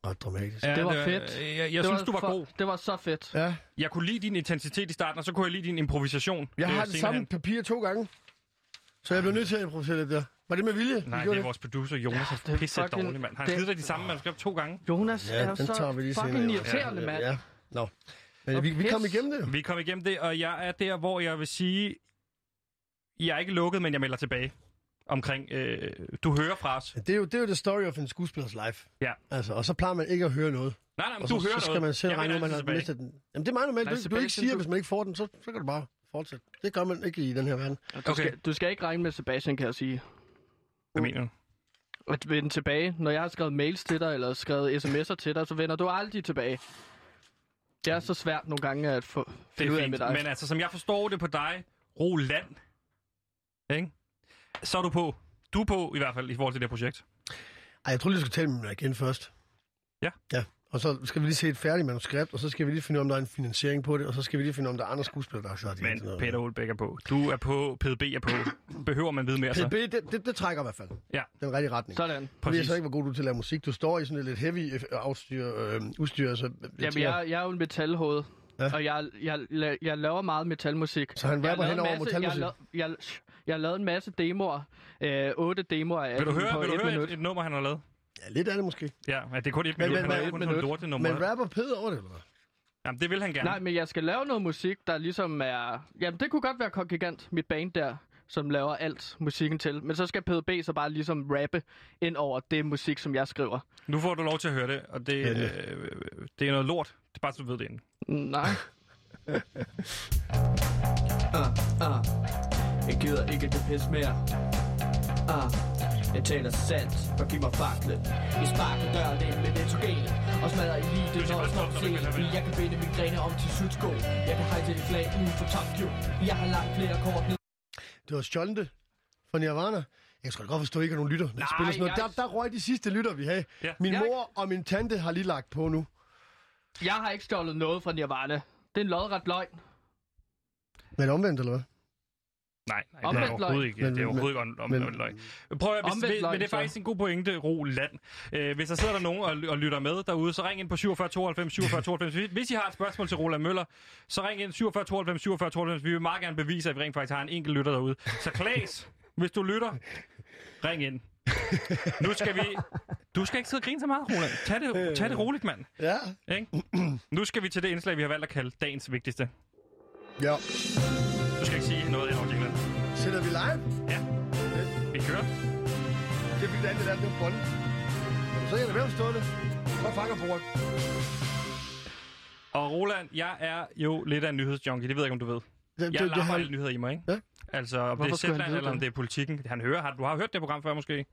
Ret dramatisk. Det var fedt. Jeg, jeg det synes, var du var for, god. Det var så fedt. Ja, Jeg kunne lide din intensitet i starten, og så kunne jeg lide din improvisation. jeg øh, har det senere samme hen. papir to gange. Så jeg blev nødt til at improvisere det der. Var det med vilje? I Nej, gjorde det er vores producer, Jonas. det Ja, er pisse fucking- dårlig, mand. Han det- har givet dig de samme manuskripter to gange. Jonas Ja, er jo den så tager vi lige fucking senere, jo. irriterende, mand. Ja, nå. Men Og vi, vi pis. kom igennem det. jo. Vi kom igennem det, og jeg er der, hvor jeg vil sige... Jeg er ikke lukket, men jeg melder tilbage. omkring, øh, du hører fra os. Det er, jo, det er jo the story of en skuespillers life. Ja. Altså, og så plejer man ikke at høre noget. Nej, nej, men Og du så, hører så skal noget. man selv Jeg regne ud, vender man har altid tilbage. mistet den. Jamen, det er meget normalt. Lad os Du, du tilbage ikke til siger, du- hvis man ikke får den, så, så kan du bare fortsætte. Det gør man ikke i den her verden. Og Du, Okay. skal, du skal ikke regne med Sebastian, kan jeg sige. Hvad mener du? At vende tilbage. Når jeg har skrevet mails til dig, eller skrevet sms'er til dig, så vender du aldrig tilbage. Det er så svært nogle gange at få, Det finde ud er af med fint. dig. Men altså, som jeg forstår det på dig, Roland, ikke? så er du på. Du er på i hvert fald i forhold til det her projekt. Ej, jeg tror lige, jeg skal tale med dig igen først. Ja. Ja, og så skal vi lige se et færdigt manuskript, og så skal vi lige finde ud af, om der er en finansiering på det, og så skal vi lige finde ud af, om der er andre skuespillere, der har sagt Men Peter Olbæk er på. Du er på. PDB er på. Behøver man vide mere så? PB, det, det, det, trækker i hvert fald. altså- Ja. Den rigtige retning. Så, Sådan. Præcis. Jeg Præcis. så ikke, hvor god du er til at lave musik. Du står i sådan et lidt heavy øh, afstyr, øh, udstyr, så, Jamen, jeg, jeg er jo en metalhoved. Ja. Ja. Og jeg, jeg, jeg, jeg laver meget metalmusik. så han Jeg har rapper lavet hen en over masse- Jeg, metalmusik. har lavet- jeg, jeg har lavet en masse demoer. Øh, otte demoer af Vil du den høre, på vil du et høre minut. et, et, nummer, han har lavet? Ja, lidt af det måske. Ja, at det er kun et Men- minut. Han men- har men- jo kun et sådan minut. lortet Men nummer. rapper Peder over det, eller hvad? Jamen, det vil han gerne. Nej, men jeg skal lave noget musik, der ligesom er... Jamen, det kunne godt være Kong Gigant, mit band der, som laver alt musikken til. Men så skal PDB så bare ligesom rappe ind over det musik, som jeg skriver. Nu får du lov til at høre det, og det, Fedt. øh, det er noget lort. Det er bare, så du ved det inden. Nej. uh, uh. Jeg gider ikke det pis mere. Uh. Jeg taler sandt, og giv mig faklen. Vi sparker døren ind med nitrogen, og smadrer elite, skal når bare jeg står stoppe, når vi kan lade scenen. være. Jeg kan binde mine grene om til sydsko. Jeg kan hejse det flag uden for Tokyo. Jeg har langt flere kort ned. Det var stjålet det fra Nirvana. Jeg skal godt forstå, at I ikke har nogen lytter. Nej, spiller sådan noget. jeg- Der, der røg de sidste lytter, vi havde. Ja. Min Jeg- mor og min tante har lige lagt på nu. Jeg har ikke stjålet noget fra Nirvana. Det er en lodret løgn. Men omvendt, eller hvad? Nej, nej det Omvendt er overhovedet løgn. ikke, det Men- er overhovedet ikke om, om, men- om løgn. Prøv at, hvis, Omvendt hvis, løgn, men det er så. faktisk en god pointe, Roland. Øh, hvis der sidder der nogen og, og lytter med derude, så ring ind på 47 92 47 92. Hvis- Hvis I har et spørgsmål til Roland Møller, så ring ind 47 92 47 92. Vi vil meget gerne bevise, at vi rent faktisk har en enkelt lytter derude. Så Klaas, hvis du lytter, ring ind. Nu skal vi... Du skal ikke sidde og grine så meget, Roland. Tag det, tag det roligt, mand. Ja. Ikke? Nu skal vi til det indslag, vi har valgt at kalde dagens vigtigste. Ja. Du skal ikke sige noget i England. Sætter vi live? Ja, vi kører. Det er fordi, det andet er, det er bolden. Så jeg er ved at forstå det. Hvor fanger på rundt? Og Roland, jeg er jo lidt af en nyhedsjunkie, det ved jeg ikke, om du ved. Det, Jeg lapper alle nyheder i mig, ikke? Ja. Altså, om Hvorfor det er skulle han Zetland, vide eller om det? det er politikken. Han hører, har, du har hørt det program før, måske?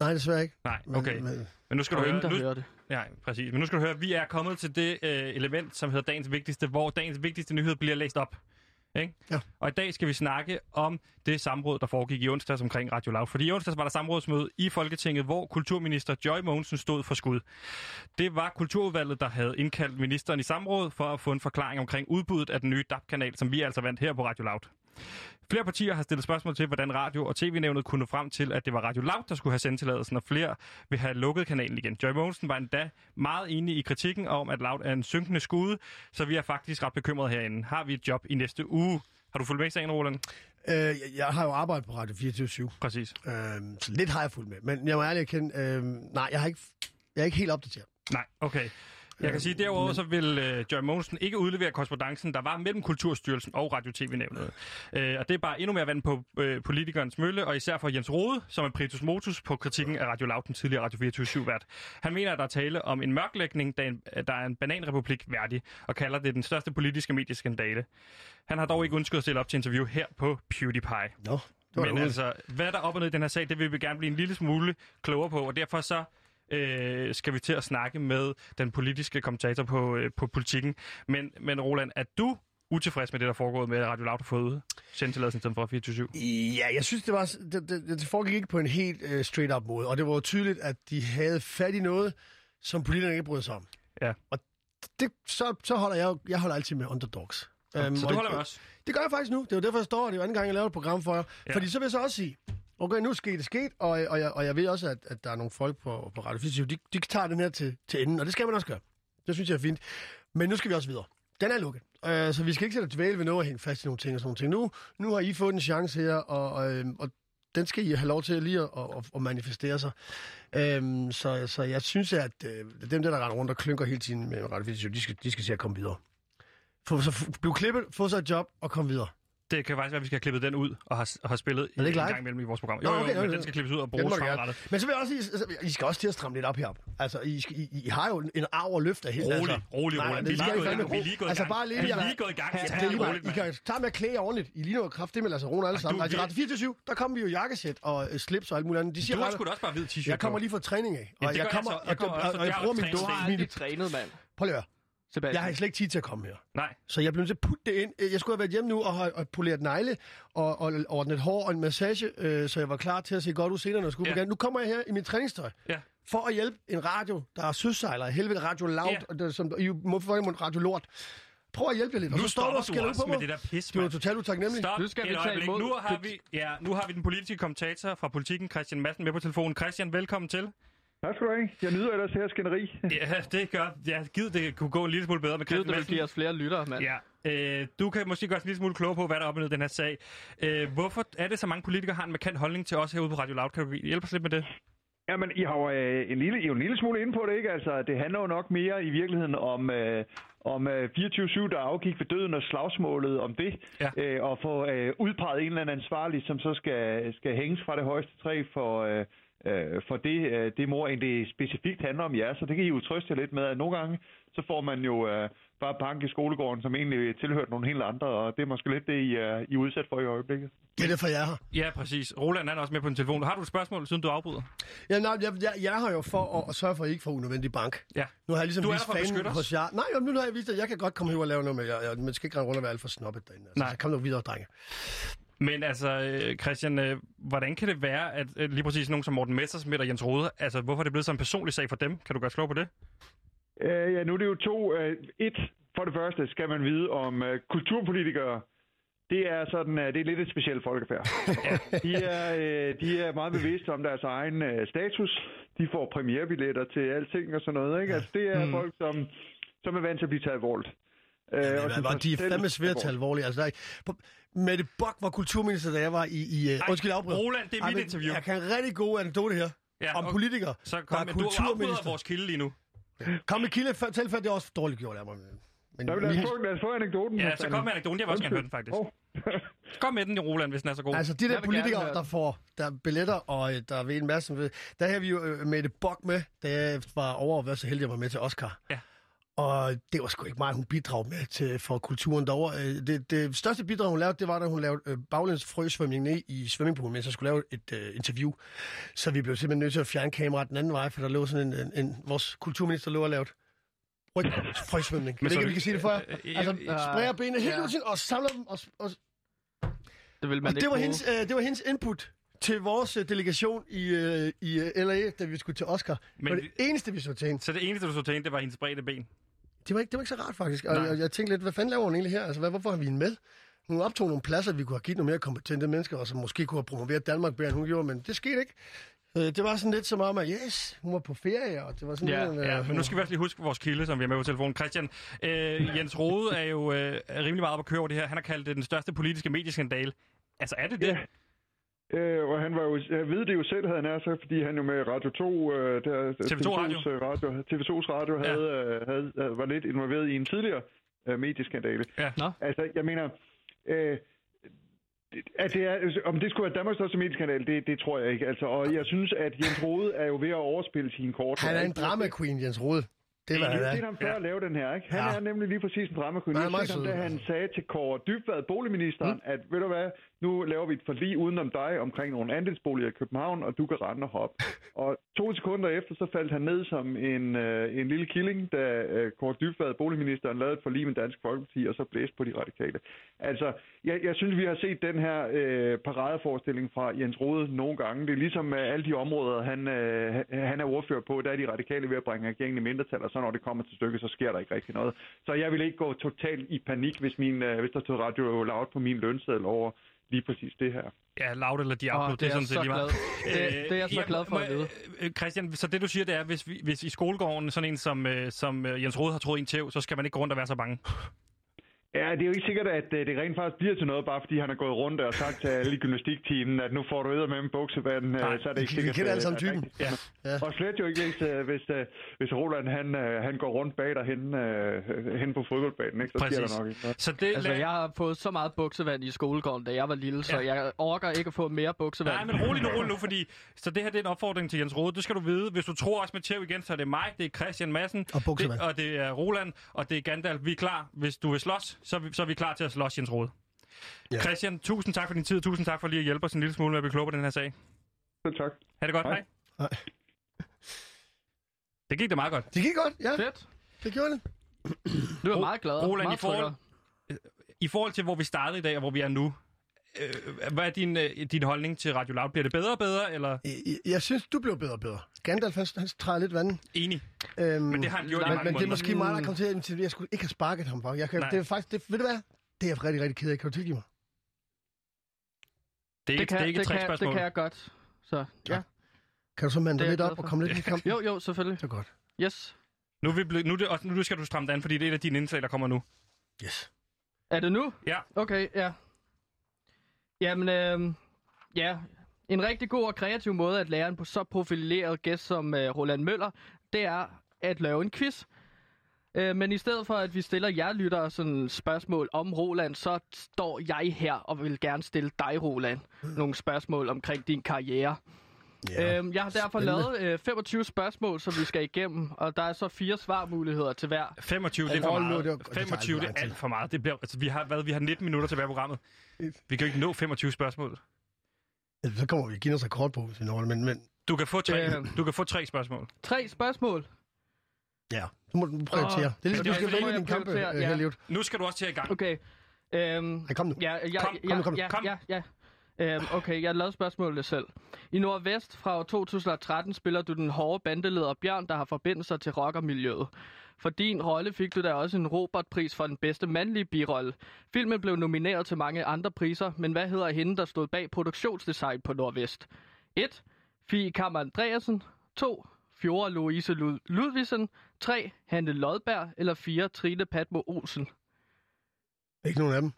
Nej, desværre ikke. Nej, Men- okay. men- Men nu skal du høre, nu, det. Nej, præcis. Men nu skal du høre, at vi er kommet til det øh, element, som hedder dagens vigtigste, hvor dagens vigtigste nyhed bliver læst op. Ikke? Ja. Og i dag skal vi snakke om det samråd, der foregik i onsdags omkring Radio Loud. Fordi i onsdags var der samrådsmøde i Folketinget, hvor kulturminister Joy Mogensen stod for skud. Det var Kulturudvalget, der havde indkaldt ministeren i samråd for at få en forklaring omkring udbuddet af den nye DAP-kanal, som vi altså vandt her på Radio Loud. Flere partier har stillet spørgsmål til, hvordan radio- og tv-nævnet kunne nå frem til, at det var Radio Loud, der skulle have sendtilladelsen, og flere vil have lukket kanalen igen. Joy Mogensen var endda meget enig i kritikken om, at Loud er en synkende skude, så vi er faktisk ret bekymrede herinde. Har vi et job i næste uge? Har du fulgt med i sagen, Roland? Øh, jeg, jeg har jo arbejdet på Radio 24 Præcis. øh, så lidt har jeg fulgt med. Men jeg må ærligt erkende, øh, nej, jeg har ikke... Jeg er ikke helt opdateret. Nej, okay. Jeg kan sige, at derudover så vil øh, Joy Mogensen ikke udlevere korrespondancen, der var mellem Kulturstyrelsen og Radio-TV-nævnet. Øh, og det er bare endnu mere vand på øh, politikernes mølle, og især for Jens Rode, som er pritus motus på kritikken af Radio Loud, den tidligere Radio 24-7-vært. Han mener, at der er tale om en mørklægning, der er en, der er en bananrepublik værdig, og kalder det den største politiske medieskandale. Han har dog ikke ønsket at stille op til interview her på PewDiePie. Nå, det var Men Men, altså, altså, hvad der er op og ned i den her sag, det vil vi gerne blive en lille smule klogere på, og derfor så øh, skal vi til at snakke med den politiske kommentator på, øh, på politikken. Men, men Roland, er du utilfreds med det, der er foregået med at Radio Loud har fået sendtilladelsen i stedet for Øh, 24 Ja, jeg synes, det var s- det, det, det foregik ikke på en helt øh, straight-up måde. Og det var jo tydeligt, at de havde fat i noget, som politikerne ikke brød sig om. Ja. Og det, så, så holder jeg jo... Jeg holder altid med underdogs. Øhm, Så og- du holder med os? Det gør jeg faktisk nu. Det er jo derfor, jeg står, og det er jo anden gang, jeg laver et program for jer. Ja. Ja. Fordi så vil jeg så også sige, okay, nu skete det sket, og, og, jeg, og jeg ved også, at, at der er nogle folk på, på Radio 24, de, de tager den her til, til enden, og det skal man også gøre. Det synes jeg er fint. Men nu skal vi også videre. Den er lukket. Øh, så vi skal ikke sætte dvæle ved noget og hænge fast i nogle ting og sådan nogle ting. Nu, nu har I fået en chance her, og, og, øhm, og den skal I have lov til lige at, at, at manifestere sig. Øhm, så, så jeg synes, at øh, dem der, der render rundt og klynker hele tiden med Radio 24, de skal, de skal se at komme videre. Få, så, få, blive klippet, få sig et job og komme videre. Det kan faktisk være, at vi skal have klippet den ud og har, og har spillet i, det en ikke live? gang imellem i vores program. Jo, Nå, jo, okay, men okay. den skal klippes ud og Den bruges må du gerne. fremadrettet. Men så vil jeg også sige, altså, I skal også til at stramme lidt op heroppe. Altså, I, skal, I, I har jo en arv at løfte af helt. Rolig, altså. rolig, Nej, rolig. det Vi er skal lige I gået i fandme gang. Vi er ro. lige gået i Altså, gang. bare lige, Vi er jeg- lige gået i gang. Ja, Tag det det er bare, roligt, I mand. kan tage med at klæde jer ordentligt. I ligner jo kraftigt med Lasse Rona alle Ej, sammen. du er Altså, vild. Radio 24 der kom vi jo i jakkesæt og øh, slips og alt muligt andet. De siger, Du har bare, sgu da også bare hvid t-shirt jeg kommer på. lige fra træning af. Ja, Og det jeg gør jeg kommer, så. Jeg og- kommer også, og- for og jeg jeg har bruger også min trænet Du har dagen. dumme... aldrig min- trænet, mand. Prøv lige at høre. Jeg Sebastian. har slet ikke tid til at komme her. Nej, Så jeg blev nødt til at putte det ind. Øh, Jeg skulle have været hjemme nu og, have- og poleret negle og, og ordnet et hår og en massage, øh, så jeg var klar til at se godt ud senere, når jeg skulle Ja. ja. på gaden. Nu kommer jeg her i mit træningstøj. Ja. For at hjælpe en radio, der er søsejler, helvede radio loud, Ja. ja. og der, som I må for mod radio lort. Prøv at hjælpe jer lidt. og nu så står du og stopper skælder du ud på også med det mig. der pis, Du er mand. totalt utaknemmelig. Stop Nu skal et vi tage øjeblik. imod Nu har, vi, kritik. ja, nu har vi den politiske kommentator fra Politiken, Christian Madsen, med på telefonen. Christian, velkommen til. Tak skal du have. Jeg nyder ellers her skænderi. Ja, det gør... Ja, givet det kunne gå en lille smule bedre med Ved Christian du, det Madsen. giver os flere lyttere, mand. Ja, øh, du kan måske gøre os en lille smule klogere på, hvad der er op og ned i den her sag. Øh, hvorfor er det, så mange politikere har en markant holdning til os herude på Radio Loud? Kan du hjælpe os lidt med det? Jamen, I har jo øh, en, lille, I er jo en lille smule inde på det, ikke? Altså, det handler jo nok mere i virkeligheden om, øh, om øh, 24-7, der afgik ved døden og slagsmålet om det. Ja. Øh, og få øh, udpeget en eller anden ansvarlig, som så skal, skal hænges fra det højeste træ for, øh, øh, for det, øh, det mor, end det specifikt handler om jer. Så det kan I jo trøste jer lidt med, at nogle gange, så får man jo øh, bare bank i skolegården, som egentlig tilhørte nogle helt andre, og det er måske lidt det, I, øh, I er udsat for i øjeblikket. Det er derfor, jeg er her. Ja, præcis. Roland han er også med på den telefon. Har du et spørgsmål, siden du afbryder? Ja, nej, jeg, jeg, jeg har jo for at, at sørge for, at I ikke får unødvendig bank. Ja. Nu har jeg ligesom Du er vist der for at beskytte fanen os. hos jer. Nej, jamen, nu har jeg vist, at jeg kan godt komme her og lave noget med jer. Jeg, man skal ikke rende rundt og være alt for snobbet derinde. Altså, Nej. nej. Så kom nu videre, drenge. Men altså, øh, Christian, øh, hvordan kan det være, at øh, lige præcis nogen som Morten Messersmith og Jens Rode, altså hvorfor er det blevet så en personlig sag for dem? Kan du gøre os klog på det? Øh, ja, nu er det jo to. Øh, et, for det første skal man vide om øh, kulturpolitikere. Det er sådan, øh, det er lidt et specielt folkefærd. De er, øh, de er meget bevidste om deres egen øh, status. De får premierebilletter til alting og sådan noget. Ikke? Altså, det er mm. folk, som, som er vant til at blive taget alvorligt. Øh, Ja, og men, som var, tager de er selv fandme svært at tage alvorligt. alvorligt. Altså, der er, ikke- på, Mette Bock var kulturminister, da jeg var i... i Ej, undskyld, afbryd. Roland, det er mit interview. Jeg kan en rigtig god anekdote her. Ja, Ja, om okay. politikere, Så der kom, er men du afbryder kulturminister. vores kilde lige nu. Kom med kilde, før, til før det er også dårligt gjort af mig. Men, Nå, men lad, os få, lad os få anekdoten. Ja, Mads så Sandel. kom med anekdoten. Jeg vil også gerne høre den, faktisk. Åh. Kom med den, Roland, hvis den er så god. Altså, de der Jeg vil gerne politikere, høre der den. får der er billetter, og øh, der ved en masse, som ved, der havde vi jo øh, Mette Bock med, da jeg var over at være så heldig, at jeg var med til Oscar. Ja. Og det var sgu ikke meget, hun bidrog med til, for kulturen derovre. Øh, Det, det største bidrag, hun lavede, det var, da hun lavede øh, baglæns frøsvømning ned i swimmingpoolen, mens jeg skulle lave et øh, interview. Så vi blev simpelthen nødt til at fjerne kameraet den anden vej, for der lå sådan en, en, en vores kulturminister lå og lavede ryg- frøsvømning. Men så- så, vi kan sige det for jer. Øh, øh, øh, Altså, øh, sprayer benene helt ja. ud til og samler dem og, og Det vil man og ikke det var, bruge. hendes, øh, det var hendes input til vores øh, delegation i, øh, i øh, LA, da vi skulle til Oscar. Men Men det var vi- det eneste, vi så til hende. Så det eneste, du så til hende, det var hendes bredte ben. Det var ikke, det var ikke så rart, faktisk. Og Nej. jeg, jeg tænkte lidt, hvad fanden laver hun egentlig her? Altså, hvad, hvorfor har vi hende med? Hun optog nogle pladser, vi kunne have givet nogle mere kompetente mennesker, og som måske kunne have promoveret Danmark bedre, end hun gjorde, men det skete ikke. Øh, det var sådan lidt som om, at yes, hun var på ferie, og det var sådan Ja, lidt... øh, Ja, men nu skal vi også lige huske vores kilde, som vi har med på telefonen. Christian, øh, Jens Rode er jo øh, er rimelig meget op at køre over det her. Han har kaldt det den største politiske medieskandale. Altså, er det det? Ja. Øh, og han var jo, jeg ved det jo selv, havde han er så, fordi han jo med Radio 2, øh, der, TV2 Radio. øh, radio TV2's radio Ja. havde, øh, havde, øh, var lidt involveret i en tidligere øh, medieskandale. Ja. Nå. Altså, jeg mener, øh, det- at det er, om det skulle være Danmarks største medieskandal, det, det tror jeg ikke. Altså, og jeg synes, at Jens Rode er jo ved at overspille sine kort. Han er en drama queen, Jens Rode. Det var Jeg har han. set er. ham før Ja. ja. lave den her, ikke? Han Ja. ja. er nemlig lige præcis en dramakøn. Nej, Jeg har meget set ham, sød. da han sagde til Kåre Dybvad, boligministeren, mm. at ved du hvad, nu laver vi et forlig udenom dig omkring nogle andelsboliger i København, og du kan rende og hoppe. og to sekunder efter, så faldt han ned som en, øh, en lille killing, da øh, Kåre Dybvad, boligministeren, lavede et forlig med Dansk Folkeparti, og så blæste på de radikale. Altså, jeg, jeg synes, vi har set den her øh, paradeforestilling fra Jens Rode nogle gange. Det er ligesom øh, alle de områder, han, øh, han- han er ordfører på, der er de radikale ved at bringe regeringen i mindretal, og så når det kommer til stykket, så sker der ikke rigtig noget. Så jeg vil ikke gå totalt i panik, hvis, min, øh, hvis der stod Radio Loud på min lønseddel over lige præcis det her. Ja, Loud eller Diablo, Åh, oh, det, er jeg så glad. Det, det er Øh, jeg så glad for at vide. Christian, så det du siger, det er, hvis, vi, hvis i skolegården sådan en som, øh, som øh, Jens Rode har troet en tæv, så skal man ikke gå rundt og være så bange. Ja, det er jo ikke sikkert, at øh, det rent faktisk bliver til noget, bare fordi han har gået rundt og sagt til alle i gymnastikteamen, at nu får du æder med en buksevand, øh, Nej, så er det ikke vi- vi sikkert... kender øh, alle sammen at der typen. ikke sker noget. Og slet jo ikke, hvis, øh, hvis, øh, hvis Roland han, øh, han går rundt bag dig hen, øh, hen på fodboldbanen, ikke? så Præcis. sker Præcis. der nok ikke noget. Så det Altså, lad- jeg har fået så meget buksevand i skolegården, da jeg var lille, så Ja. jeg orker ikke at få mere buksevand. Nej, men rolig nu, rolig nu, fordi... Så det her det er en opfordring til Jens Rode. Det skal du vide. Hvis du tror også med Tjev igen, så er det mig, det er Christian Madsen. Og buksevand. det, og det er Roland, og det er Gandalf. Vi er klar. Hvis du vil slås, så er vi, så er vi klar til at slås, Jens Rode. Ja. Ja. Christian, tusind tak for din tid. Tusind tak for lige at hjælpe os en lille smule med at blive klogere på den her sag. Så tak. Ha' det godt. Hej. Hej. Nej. Det gik da meget godt. Det gik godt, ja. Fedt. Det gjorde det. Du er Ro- meget glad. Roland, i meget forhold, tryggere. i forhold til, hvor vi startede i dag, og hvor vi er nu, øh, hvad er din, øh, din holdning til Radio Loud? Bliver det bedre og bedre, eller Jeg- Øh, jeg- Jeg synes, du blev bedre og bedre. Gandalf, han, han træder lidt vandet. enig? Øhm, Men det har han gjort i men, mange men det er måneder. måske mig, der kom til at initiativere. Jeg skulle ikke have sparket ham. Bare. Jeg kan, Nej. det er faktisk, det, ved du hvad? Det er jeg rigtig, rigtig ked af. Kan du tilgive mig? Det er ikke, det kan, det er ikke et det, kan, det trickspørgsmål. kan jeg godt. Så, ja. Kan du så mande Det er dig jeg lidt glad op og for. komme lidt i kampen? Jo, jo, selvfølgelig. Det er godt. Yes. Nu, er vi ble, nu, er det, og nu skal du stramme dig an, fordi det er et af dine indslag, der kommer nu. Yes. Er det nu? Ja. Okay, ja. Jamen, øh, ja. En rigtig god og kreativ måde at lære en så profileret gæst som øh, Roland Møller, det er at lave en quiz. Øh, men i stedet for, at vi stiller jer lyttere sådan spørgsmål om Roland, så står jeg her og vil gerne stille dig, Roland, nogle spørgsmål omkring din karriere. Ja, øhm, jeg har derfor spændende. lavet øh, 25 spørgsmål, som vi skal igennem, og der er så fire svarmuligheder til hver. 25, det er for Hold nu, det var- meget. det tager 25, det lang er tid. alt for meget. Det bliver, altså, vi, har, hvad, vi har 19 minutter tilbage i programmet. Vi kan jo ikke nå 25 spørgsmål. Ja, Så kommer vi Guinness rekord på, hvis vi når det, men, men Du kan få tre, Øh. du kan få tre spørgsmål. Tre spørgsmål. ja, så må du prioritere. Åh, det er ligesom, det er du skal også- vælge jeg din kampe, prioriterer, øh, ja. ja. Nu skal du også til i gang. Okay. Øhm, Ej, kom nu. Ja, ja, Kom, ja, kom nu, kom nu. ja, Kom. ja, ja. Øhm, okay, jeg lavede spørgsmålet selv. I Nordvest fra år 2013 spiller du den hårde bandeleder Bjørn, der har forbindelser til rockermiljøet. For din rolle fik du da også en Robert-pris for den bedste mandlige birolle. Filmen blev nomineret til mange andre priser, men hvad hedder hende, der stod bag produktionsdesign på Nordvest? 1. Fie Kammer Andreasen 2. Fjora Louise Lud- Ludvigsen 3. Hanne Lodberg eller 4. Trine Padmo Olsen Ikke nogen af dem.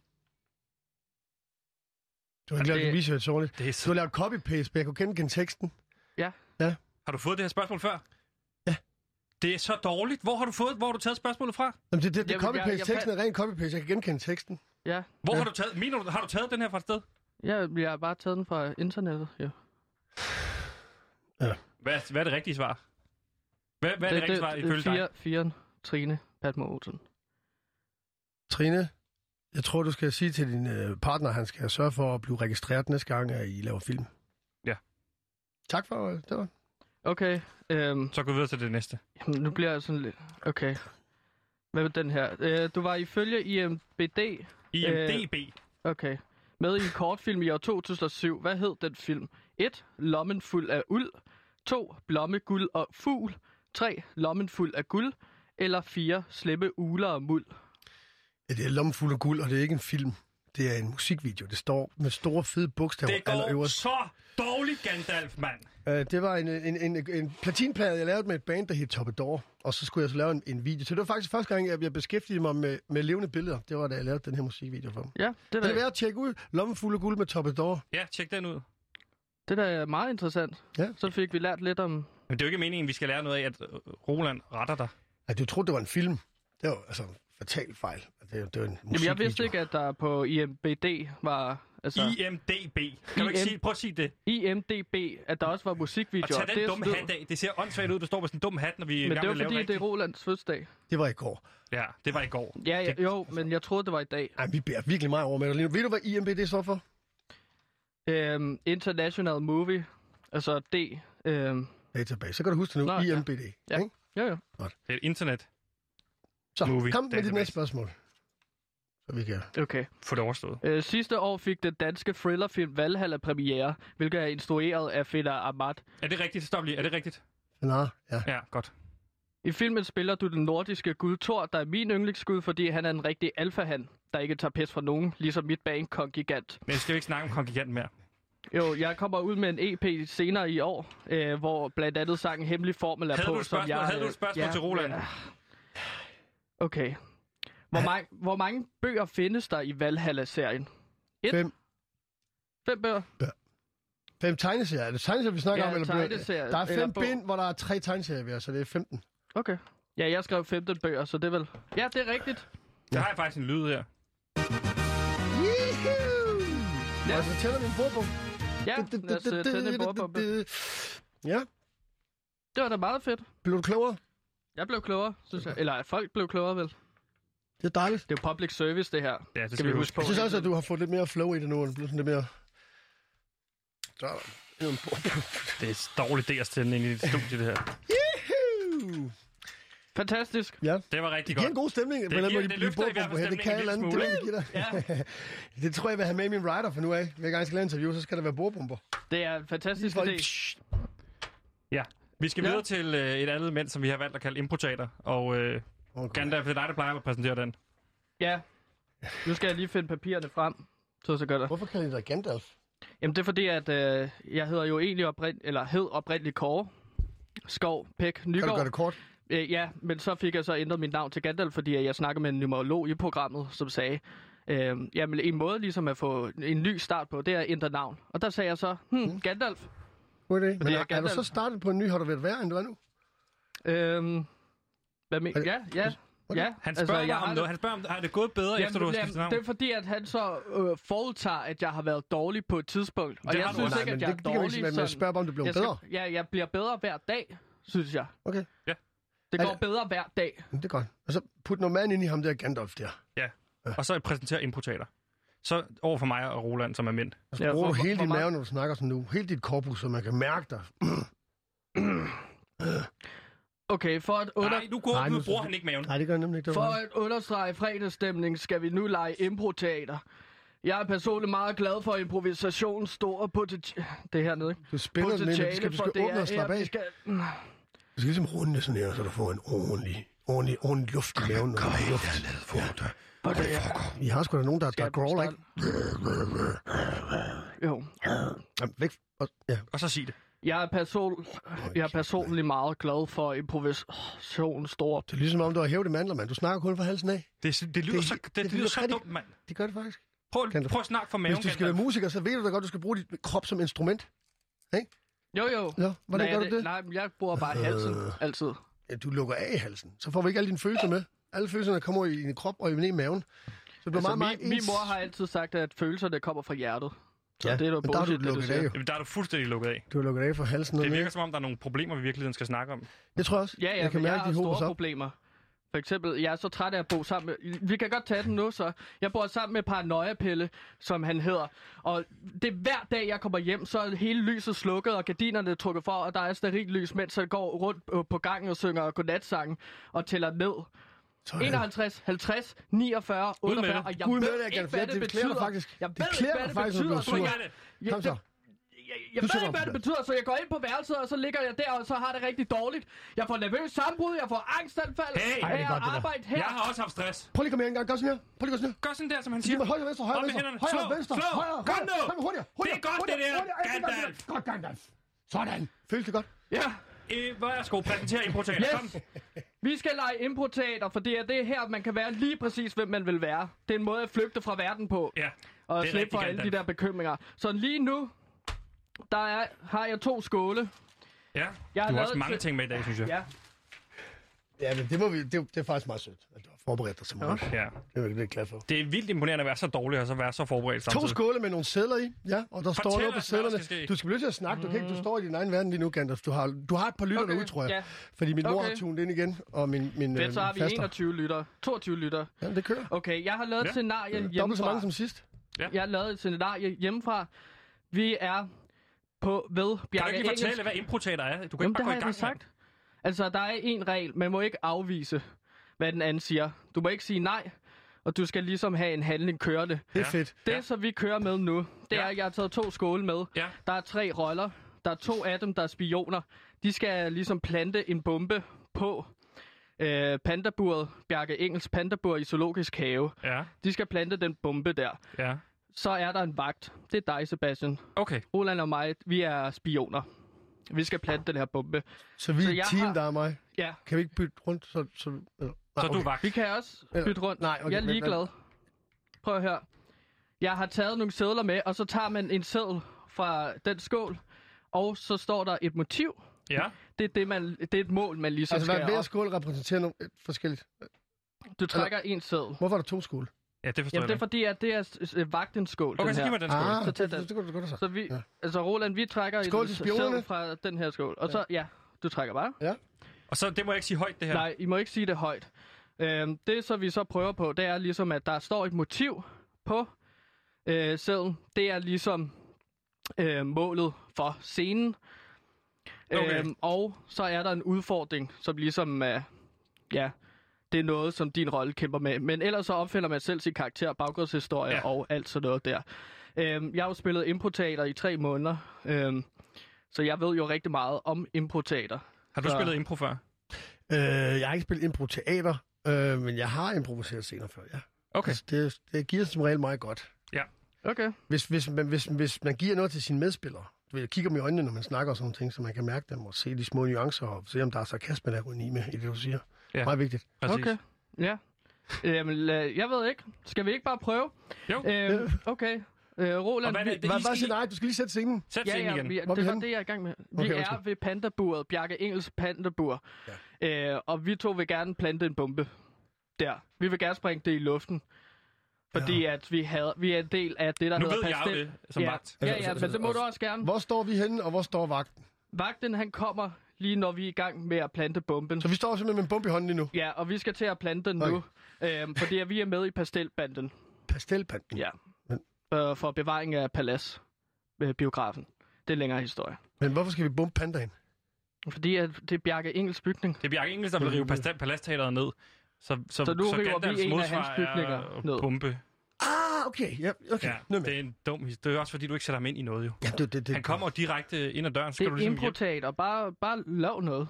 Du har ikke lavet det- din research ordentligt. Det er Du har så... lavet copy-paste, men jeg kunne kende konteksten. Har du fået det her spørgsmål før? Ja. Det er så dårligt. Hvor har du fået, hvor har du taget spørgsmålet fra? Jamen, det, det, det Jamen, jeg- jeg copy-paste-teksten fandt- er ren copy-paste. Jeg kan genkende teksten. Ja, Hvor har du taget, mener du, har du taget den her fra et sted? Ja, jeg har bare taget den fra internettet, ja. Hvad, er- hvad er det rigtige svar? Hvad, hvad er det, det rigtige svar ifølge dig? fire, Firen, Trine, Padma Olsen. Trine, jeg tror, du skal sige til din øh, partner, han skal sørge for at blive registreret næste gang, at I laver film. Ja. Tak for øh, det. Var. Okay, øhm, Så gå videre til det næste. jamen, nu bliver jeg sådan lidt... Okay. Hvad med den her? Øh, du var ifølge IMBD... IMDB. Okay. Med i en kortfilm i år 2007. Hvad hed den film? 1. Lommen fuld af uld. 2. Blomme, guld og fugl. 3. Lommen fuld af guld. Eller 4. Slippe uler og muld. Ja, det er lommen fuld af guld, og det er ikke en film. Det er en musikvideo. Det står med store, fede bogstaver Det går allerøverst. så dårligt, Gandalf, mand. Øh, det var en, øh, en, en, en platinplade, jeg lavede med et band, der hed Topador. Og så skulle jeg så lave en, en video. Så det var faktisk første gang, jeg, jeg beskæftigede mig med, med levende billeder. Det var, da jeg lavede den her musikvideo for dem. Ja, det Det er der, værd at tjekke ud. Lommen fuld af guld med Topador. Ja, tjek den ud. det der er meget interessant. Ja. Så fik vi lært lidt om Men det er jo ikke meningen, vi skal lære noget af, at øh, Roland retter dig. Ja, du troede, det var en film. Det var altså en fatal fejl. Altså, Det, det var en Jamen, jeg musikvideo. vidste ikke, at der på IMBD var... Altså, I... IMDB. Kan du ikke IM? sige, prøv at sige det. IMDB, at der også var Og musikvideoer. tag den er dumme snyd. hat af. Det ser åndssvagt ud, du står med sådan en dum hat, når vi er i Men gang med det var at lave fordi, det er rigtigt. Rolands fødselsdag. Det var i går. Ja, det var i går. Ja, ja Det- jo, men jeg troede, det var i dag. Ej, vi bærer virkelig meget over med dig lige nu. Ved du, hvad IMBD står for? Øhm, International Movie, altså D. Øhm, Database. Så kan du huske det nu. Nå, Nå, ja. IMBD. Ja. Ja. Ikke? jo, jo. Det er et internet. Så Movie Movie. kom med dit database. næste spørgsmål. Så vi kan... Okay. Få det overstået. Øh, sidste år fik den danske thrillerfilm Valhalla premiere, hvilket er instrueret af Fedder Ahmad. Er det rigtigt? Stop lige. Er det rigtigt? Nå, ja. Ja, godt. I filmen spiller du den nordiske gud Thor, der er min yndlingsgud, fordi han er en rigtig alfahan, der ikke tager pis fra nogen, ligesom mit band Kong Gigant. Men jeg skal jo ikke snakke om Kong Gigant mere. Jo, jeg kommer ud med en EP senere i år, øh, hvor blandt andet sangen Hemmelig Formel er Havde på, du et spørgsmål, som jeg... havde du et spørgsmål til Roland? Okay. Hvor, mange, hvor mange bøger findes der i Valhalla-serien? Et. Fem. Fem bøger? Fem tegneserier. Er det tegneserier, vi snakker Ja, om? Eller bøger? tegneserier Der er eller fem bog. bind, hvor der er tre tegneserier, vi har, så det er 15. Okay. Ja, jeg skrev 15 bøger, så det er vel... Ja, det er rigtigt. Der har jeg faktisk en lyd her. Ja. Ja. Og så tæller vi en bordbog. Ja, lad os øh, tænde en bordbombe. Ja, Det var da meget fedt. blev du klogere? Jeg blev klogere, synes jeg. Eller folk blev klogere, vel? Det er dejligt. Det er jo public service, det her. Ja, det Skal vi huske på. Jeg synes også, at du har fået lidt mere flow i det nu, og det bliver sådan lidt mere... Så er der endnu en bordbog. Det er en dårlig idé at stille ind i dit studie, det her. Fantastisk. Ja, Det var rigtig det giver godt. en god stemning. på giver- den måde, det de løfter i bordbomber hvert fald her. Det kan et eller andet. stemningen Det, en vil jeg give dig. det tror jeg, jeg vil have med i min rider for nu af. Hver gang jeg skal lave interview, så skal der være bordbomber. Det er en fantastisk Folk, idé. psh, Ja. Vi skal Ja. videre til øh, et andet element, som vi har valgt at kalde improteater. Og øh, okay. Gandalf, det er dig, der plejer at præsentere den. Ja. Nu skal jeg lige finde papirerne frem. Så så gør det. Hvorfor kalder de dig Gandalf? Jamen det er fordi, at øh, jeg hedder jo egentlig oprind, eller hed oprindeligt Kåre. Skov, Pæk, Kan du Nygaard. gøre det kort? Øh, ja, men så fik jeg så ændret mit navn til Gandalf, fordi øh, jeg snakkede med en numerolog i programmet, som sagde, øh, jamen en måde ligesom at få en ny start på, det er at ændre navn. Og der sagde jeg så, Mm. hmm, Gandalf. Godt det. Men jeg er, er du Gandalf. så startet på en ny, har du været værre, end du er nu? Øhm, hvad men, Er det- ja, ja, ja. Han spørger altså, jeg mig om har- noget. Han spørger, om har det gået bedre, efter du har skiftet navn? det er fordi, at han så øh, forudtager, at jeg har været dårlig på et tidspunkt. Og Det jeg har du synes også. ikke, men at det, det, jeg er kan man dårlig. ikke sige, men man sådan. spørger bare, om du blev jeg bedre. Skal, ja, jeg bliver bedre hver dag, synes jeg. Okay. Ja. Det Er går det- bedre hver dag. Men Det er godt. Og så put noget mand ind i ham der Gandalf der. Og så præsenterer improteater. Så over for mig og Roland, som er mænd. Og så Ja, bruger hvor- du Altså, hele hvor din meget- mave, når du snakker sådan nu. Hele dit korpus, så man kan mærke dig. Okay, for at, under... Nej, nu, går, Nej, nu nu- bruger han ikke maven. Nej, det gør jeg nemlig ikke. Det for at understrege fredagsstemning skal vi nu lege improteater. Jeg er personligt meget glad for improvisationens store potentiale. Det er hernede, ikke? du spiller den lidt. Du skal, du for skal det åbne er og slappe her, af. vi skal... Mm. Du skal ligesom runde sådan her, så du får en ordentlig, ordentlig, ordentlig luft i maven. Kom her, luft. Og det er... I har sgu da nogen, der, der jeg growler, starte? ikke? Jo. Jamen, væk. Og- Ja, Og så sig det. Jeg er, person... jeg er personligt meget glad for improvisationens store... det er ligesom om, du har hævet i mandler, mand. Du snakker kun fra halsen af. Det, det, lyder, Det- det, så, det, det lyder lyder så rigtig- dumt, mand. Det gør det faktisk. Prøv, Kan du- prøv at snakke for maven, Hvis du skal Gandalf. være musiker, så ved du da godt, du skal bruge dit krop som instrument. Jo, jo. Nå, hvordan nej, gør du det? Nej, men jeg bruger bare halsen altid. Ja, du lukker af i halsen. Så får vi ikke alle dine følelser med. Alle følelserne kommer i din krop og i din maven. Så det bliver Altså, meget, meget min, min ens. mor har altid sagt, at følelserne kommer fra hjertet. Så ja, det er da men der er du bullshit, det du lukket af siger. jo. Jamen, der er du fuldstændig lukket af. Du har lukket af for halsen. Det Det virker som om, der er nogle problemer, vi virkelig skal snakke om. Jeg tror også, Ja, ja, jeg kan men jeg mærke, har de hober store sig op. problemer. For eksempel, jeg er så træt af at bo sammen med... Vi kan godt tage den nu, så. Jeg bor sammen med Paranoia-Pelle, som han hedder. Og det er hver dag, jeg kommer hjem, så er hele lyset slukket, og gardinerne er trukket for, og der er steril lys, mens jeg går rundt øh, på gangen og synger godnatsangen og tæller ned. Sådan. 51, 50, 49, med 48, det. og jeg Ud med ved det, jeg ikke, kan hvad det, det, det klæder betyder. dig faktisk. Jeg det ved klæder ikke, dig hvad faktisk, det at du betyder. er så Prøv sur. at gøre det. jeg- Kom så. det- Jeg, jeg Du ved sætter ikke, om på hvad det plads. betyder, så jeg går ind på værelset, og så ligger jeg der, og så har det rigtig dårligt. Jeg får nervøs sammenbrud, jeg får angstanfald, Hey! Ej, det hey, er her, godt, det der. arbejde her. Jeg har også haft stress. Prøv lige at komme her en gang. Gør sådan her. Prøv lige at gøre sådan her. Gør sådan der, som han Sig siger. mig højre, venstre, højre, Op med venstre, hænderne. højre, Slå, venstre, slå. højre, Kom nu. højre, hurtigere, Det hurtigere, er godt, det hurtigere, der. hurtigere. Ja, det er godt, det Gandalf. der. Godt, Gandalf. Sådan. Føles det godt? Ja. Øh, værsgo, præsentere improteater. Kom. Yes. Vi skal lege improteater, for det er det her, man kan være lige præcis, hvem man vil være. Det er en måde at flygte fra verden på. Ja, og det er slippe rigtig for alle de Gandalf. der bekymringer. Så lige nu, der er, har jeg to skåle. ja. Jeg har Du har lavet også mange til- ting med i dag, synes jeg. Ja. Ja, men det, må vi, det, det er faktisk meget sødt, at du har forberedt dig så meget. Ja. Det er jeg lidt glad for. Det er vildt imponerende at være så dårlig, og så være så forberedt To samtidig. skåle med nogle sædler i, ja, og der står Fortæl noget på os, hvad der skal sædlerne. ske. Mm. Du skal blive nødt til at snakke, du kan ikke, du står i din egen verden lige nu, Gandalf. Du har, du har et par lytter Okay, derude, tror jeg. ja. Fordi min mor Okay. har tunet ind igen, og min, min Fedt, så har vi faster. 21 lytter. 22 lytter. Jamen, det kører. Okay, jeg har lavet Ja. et scenarie hjemmefra. Dobbelt så mange som sidst. Jeg har lavet et scenarie hjemmefra. Vi er på ved Kan du Bjarke ikke lige fortælle, Engels. hvad improteater er? Du kan Jamen, ikke bare det har gå jeg i da gang. mand. sagt. Altså, der er en regel. Man må ikke afvise, hvad den anden siger. Du må ikke sige nej, og du skal ligesom have en handling kørende. Det er Ja. fedt. Det, som vi kører med nu, det Ja. er, at jeg har taget to skåle med. Ja. Der er tre roller. Der er to af dem, der er spioner. De skal ligesom plante en bombe på øh, pandaburet, Bjarke Engels pandabur i Zoologisk Have. Ja, De skal plante den bombe der. ja. Så er der en vagt. Det er dig, Sebastian. Okay. Roland og mig, vi er spioner. Vi skal plante den her bombe. Så vi Så er jeg et team, har- der er mig. Ja, Kan vi ikke bytte rundt? Så, så, eller, Så Ah, okay. du er vagt. Vi kan også Eller- bytte rundt. nej, okay, jeg er vent, ligeglad. Prøv at høre. Jeg har taget nogle sædler med, og så tager man en sædel fra den skål, og så står der et motiv. Ja. Det er, det, man, det er et mål, man ligesom Altså, altså, hvad skal hver op. skål repræsenterer nogle øh, forskelligt. Du trækker en sædel. Hvorfor er der to skål? ja, det forstår Jamen, det er jeg. fordi, at det er øh, vagtens skål, For... Okay, den så giv her. mig den skål. Ah, Så det, tag det, den. det, kunne du godt have sagt. Så vi, Ja. ja. altså Roland, vi trækker Skål en til sædel spionerne. fra den her skål. Og så, ja, du trækker bare. Ah. Og så, det må jeg ikke sige højt, det her. Ja. Nej, I må ikke sige det højt. Øhm, det, så vi så prøver på, det er ligesom, at der står et motiv på øh, sædlen. Det er ligesom øh, målet for scenen. Øhm, Okay. og så er der en udfordring, som ligesom, øh, ja, det er noget, som din rolle kæmper med. Men ellers så opfinder man selv sin karakter, baggrundshistorie Ja. ja. og alt sådan noget der. Øhm, jeg har jo spillet improteater i tre måneder, øhm, så jeg ved jo rigtig meget om improteater. Har du Så- spillet impro før? Øh, jeg har ikke spillet impro-teater, øh, men jeg har improviseret scener før, ja. Okay. Altså, det, det giver som regel meget godt. Okay. Hvis, hvis, man, hvis, hvis man giver noget til sine medspillere, du ved, jeg kigger dem i øjnene, når man snakker og sådan nogle ting, så man kan mærke dem og se de små nuancer og se, om der er sarkasme, der er ironi med i det, du siger. Ja. Ja. Meget vigtigt. Præcis. Okay. Ja. Jamen, la- jeg ved ikke. Skal vi ikke bare prøve? Jo. Øhm, okay. Øh, Og Roland, hvad er det, vi... I Hvad, skal- hvad siger nej? Du skal lige sætte scenen. Sæt Ja, scenen ja, igen. vi, Hvor er vi det var henne? det, jeg er i gang med. Vi Okay, er undskyld. ved pandaburet, Bjarke Engels pandabur. Ja. Øh, og vi to vil gerne plante en bombe der. Vi vil gerne sprænge det i luften. Fordi ja. at vi, havde, vi er en del af det, der Nu hedder ved jeg jo pastel. det, som ja. vagt. Ja, ja, men det må du også gerne. Hvor står vi henne, og Altså, hvor står vagten? Vagten, han kommer lige når vi er i gang med at plante bomben. Så vi står simpelthen med en bombe i hånden lige nu. Ja, og vi skal til at plante den nu. Øhm, fordi at vi er med i pastelbanden. Pastelpanden. Ja. Men- Øh, for bevaring af palads øh, biografen. Det er en længere historie. Men hvorfor skal vi bombe pandaen? Fordi at det er Bjarke Engels bygning. Det er Bjarke Engels, der vil rive pasta- palastteateret ned. Så, så, Så nu river vi Gandalfs en af modsvar hans bygninger er at ned. Pumpe. Ah, okay. Ja, okay. Ja, Nå, det er en dum historie. Det er også fordi, du ikke sætter ham ind i noget, jo. ja, det, det, det, Han kommer jo direkte ind ad døren, så skal det du er ligesom hjælpe. improteater. Bare, bare lav noget.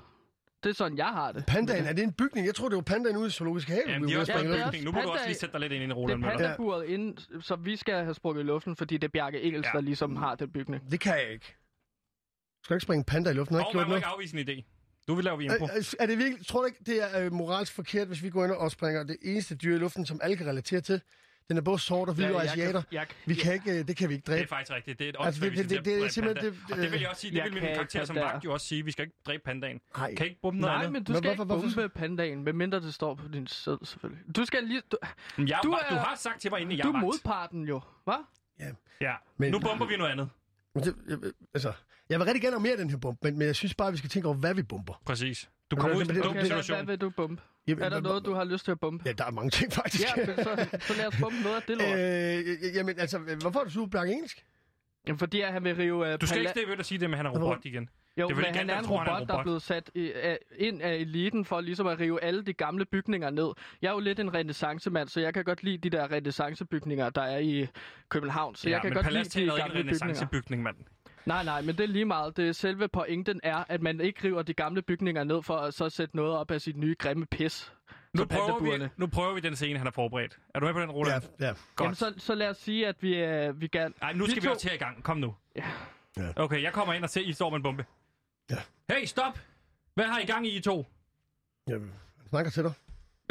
Det er sådan, jeg har det. Pandaen, er det en bygning? Jeg tror, det var pandaen ude i Zoologisk Have. Jamen, vi det er var også ude at bare springe en ned. bygning. Nu må du også Panda- lige sætte dig lidt ind i Det Roland. er med dig. pandaburet inden, så vi skal have sprunget i luften, fordi det er Bjarke Engels, Ja. ja. der ligesom har den bygning. Det kan jeg ikke. Skal du ikke springe en panda i luften? Har jeg Og ikke man gjort må noget? ikke afvise en idé. Nu vil lave vi impro. Er, er- er det virkelig, tror du ikke, det er øh, moralsk forkert, hvis vi går ind og springer det eneste dyr i luften, som alle kan relatere til? Den er både sort og hvid Ja, ja, og jeg asiater. kan- jeg kan- Vi kan ikke, øh, det kan vi ikke Det er dræbe. faktisk rigtigt. Det er et Altså, åndssvagt, det- hvis vi det- det- bliver det er dræbt simpelthen- panda. det- Og det vil jeg også sige, det Jeg vil min kan karakter ikke som pandaer. vagt jo også sige. Vi skal ikke dræbe pandaen. Nej. Kan ikke bombe noget Nej, andet? men du Men skal hvorfor- ikke hvorfor- bombe pandaen, medmindre det står på din sæd, selvfølgelig. Du skal lige... Du, Men jeg, du, Du er, er- du har sagt til mig, inden jeg du er vagt. er modparten jo, hva'? Ja, Men- nu bomber vi noget andet. Men det- jeg- jeg- Altså, jeg vil rigtig gerne have mere af den her bombe, men, men jeg synes bare, vi skal tænke over, hvad vi bomber. Præcis. Du kommer ud i men en det- dum det- Okay, hvad, situation. hvad vil du bombe? Jamen, Er der hvad- noget, du har lyst til at bombe? Ja, der er mange ting, faktisk. Ja, men så, så lad os bombe noget af det lort. øh, jamen, altså, hvorfor er du super blank engelsk? Jamen, fordi at han vil rive... Uh, Du skal ikke slippe ud og sige det med, at han er robot igen. Jo, Det er det fordi men han er Gandalf en tror, han robot, er en der robot. er blevet sat i, af, ind af eliten for ligesom at rive alle de gamle bygninger ned. Jeg er jo lidt en renaissancemand, så jeg kan godt lide de der renaissancebygninger, der er i København. Så jeg kan men godt lide de Palastteateret er ikke gamle en bygninger. renaissancebygning, mand. Nej, nej, men det er lige meget. Det selve pointen er, at man ikke river de gamle bygninger ned for at så sætte noget op af sit nye grimme pis. Nu Så prøver, vi, pandabuerne. nu prøver vi den scene, han har forberedt. Er du med på den, Ja, Roland? ja. Jamen, så, så lad os sige, at vi, øh, vi gerne... Ej, nu skal vi to- også til i gang. Kom nu. Ja. Ja. Okay, jeg kommer ind og ser, I står med en bombe. Ja. Hey, stop! Hvad har I gang i, I to? Jeg snakker til dig.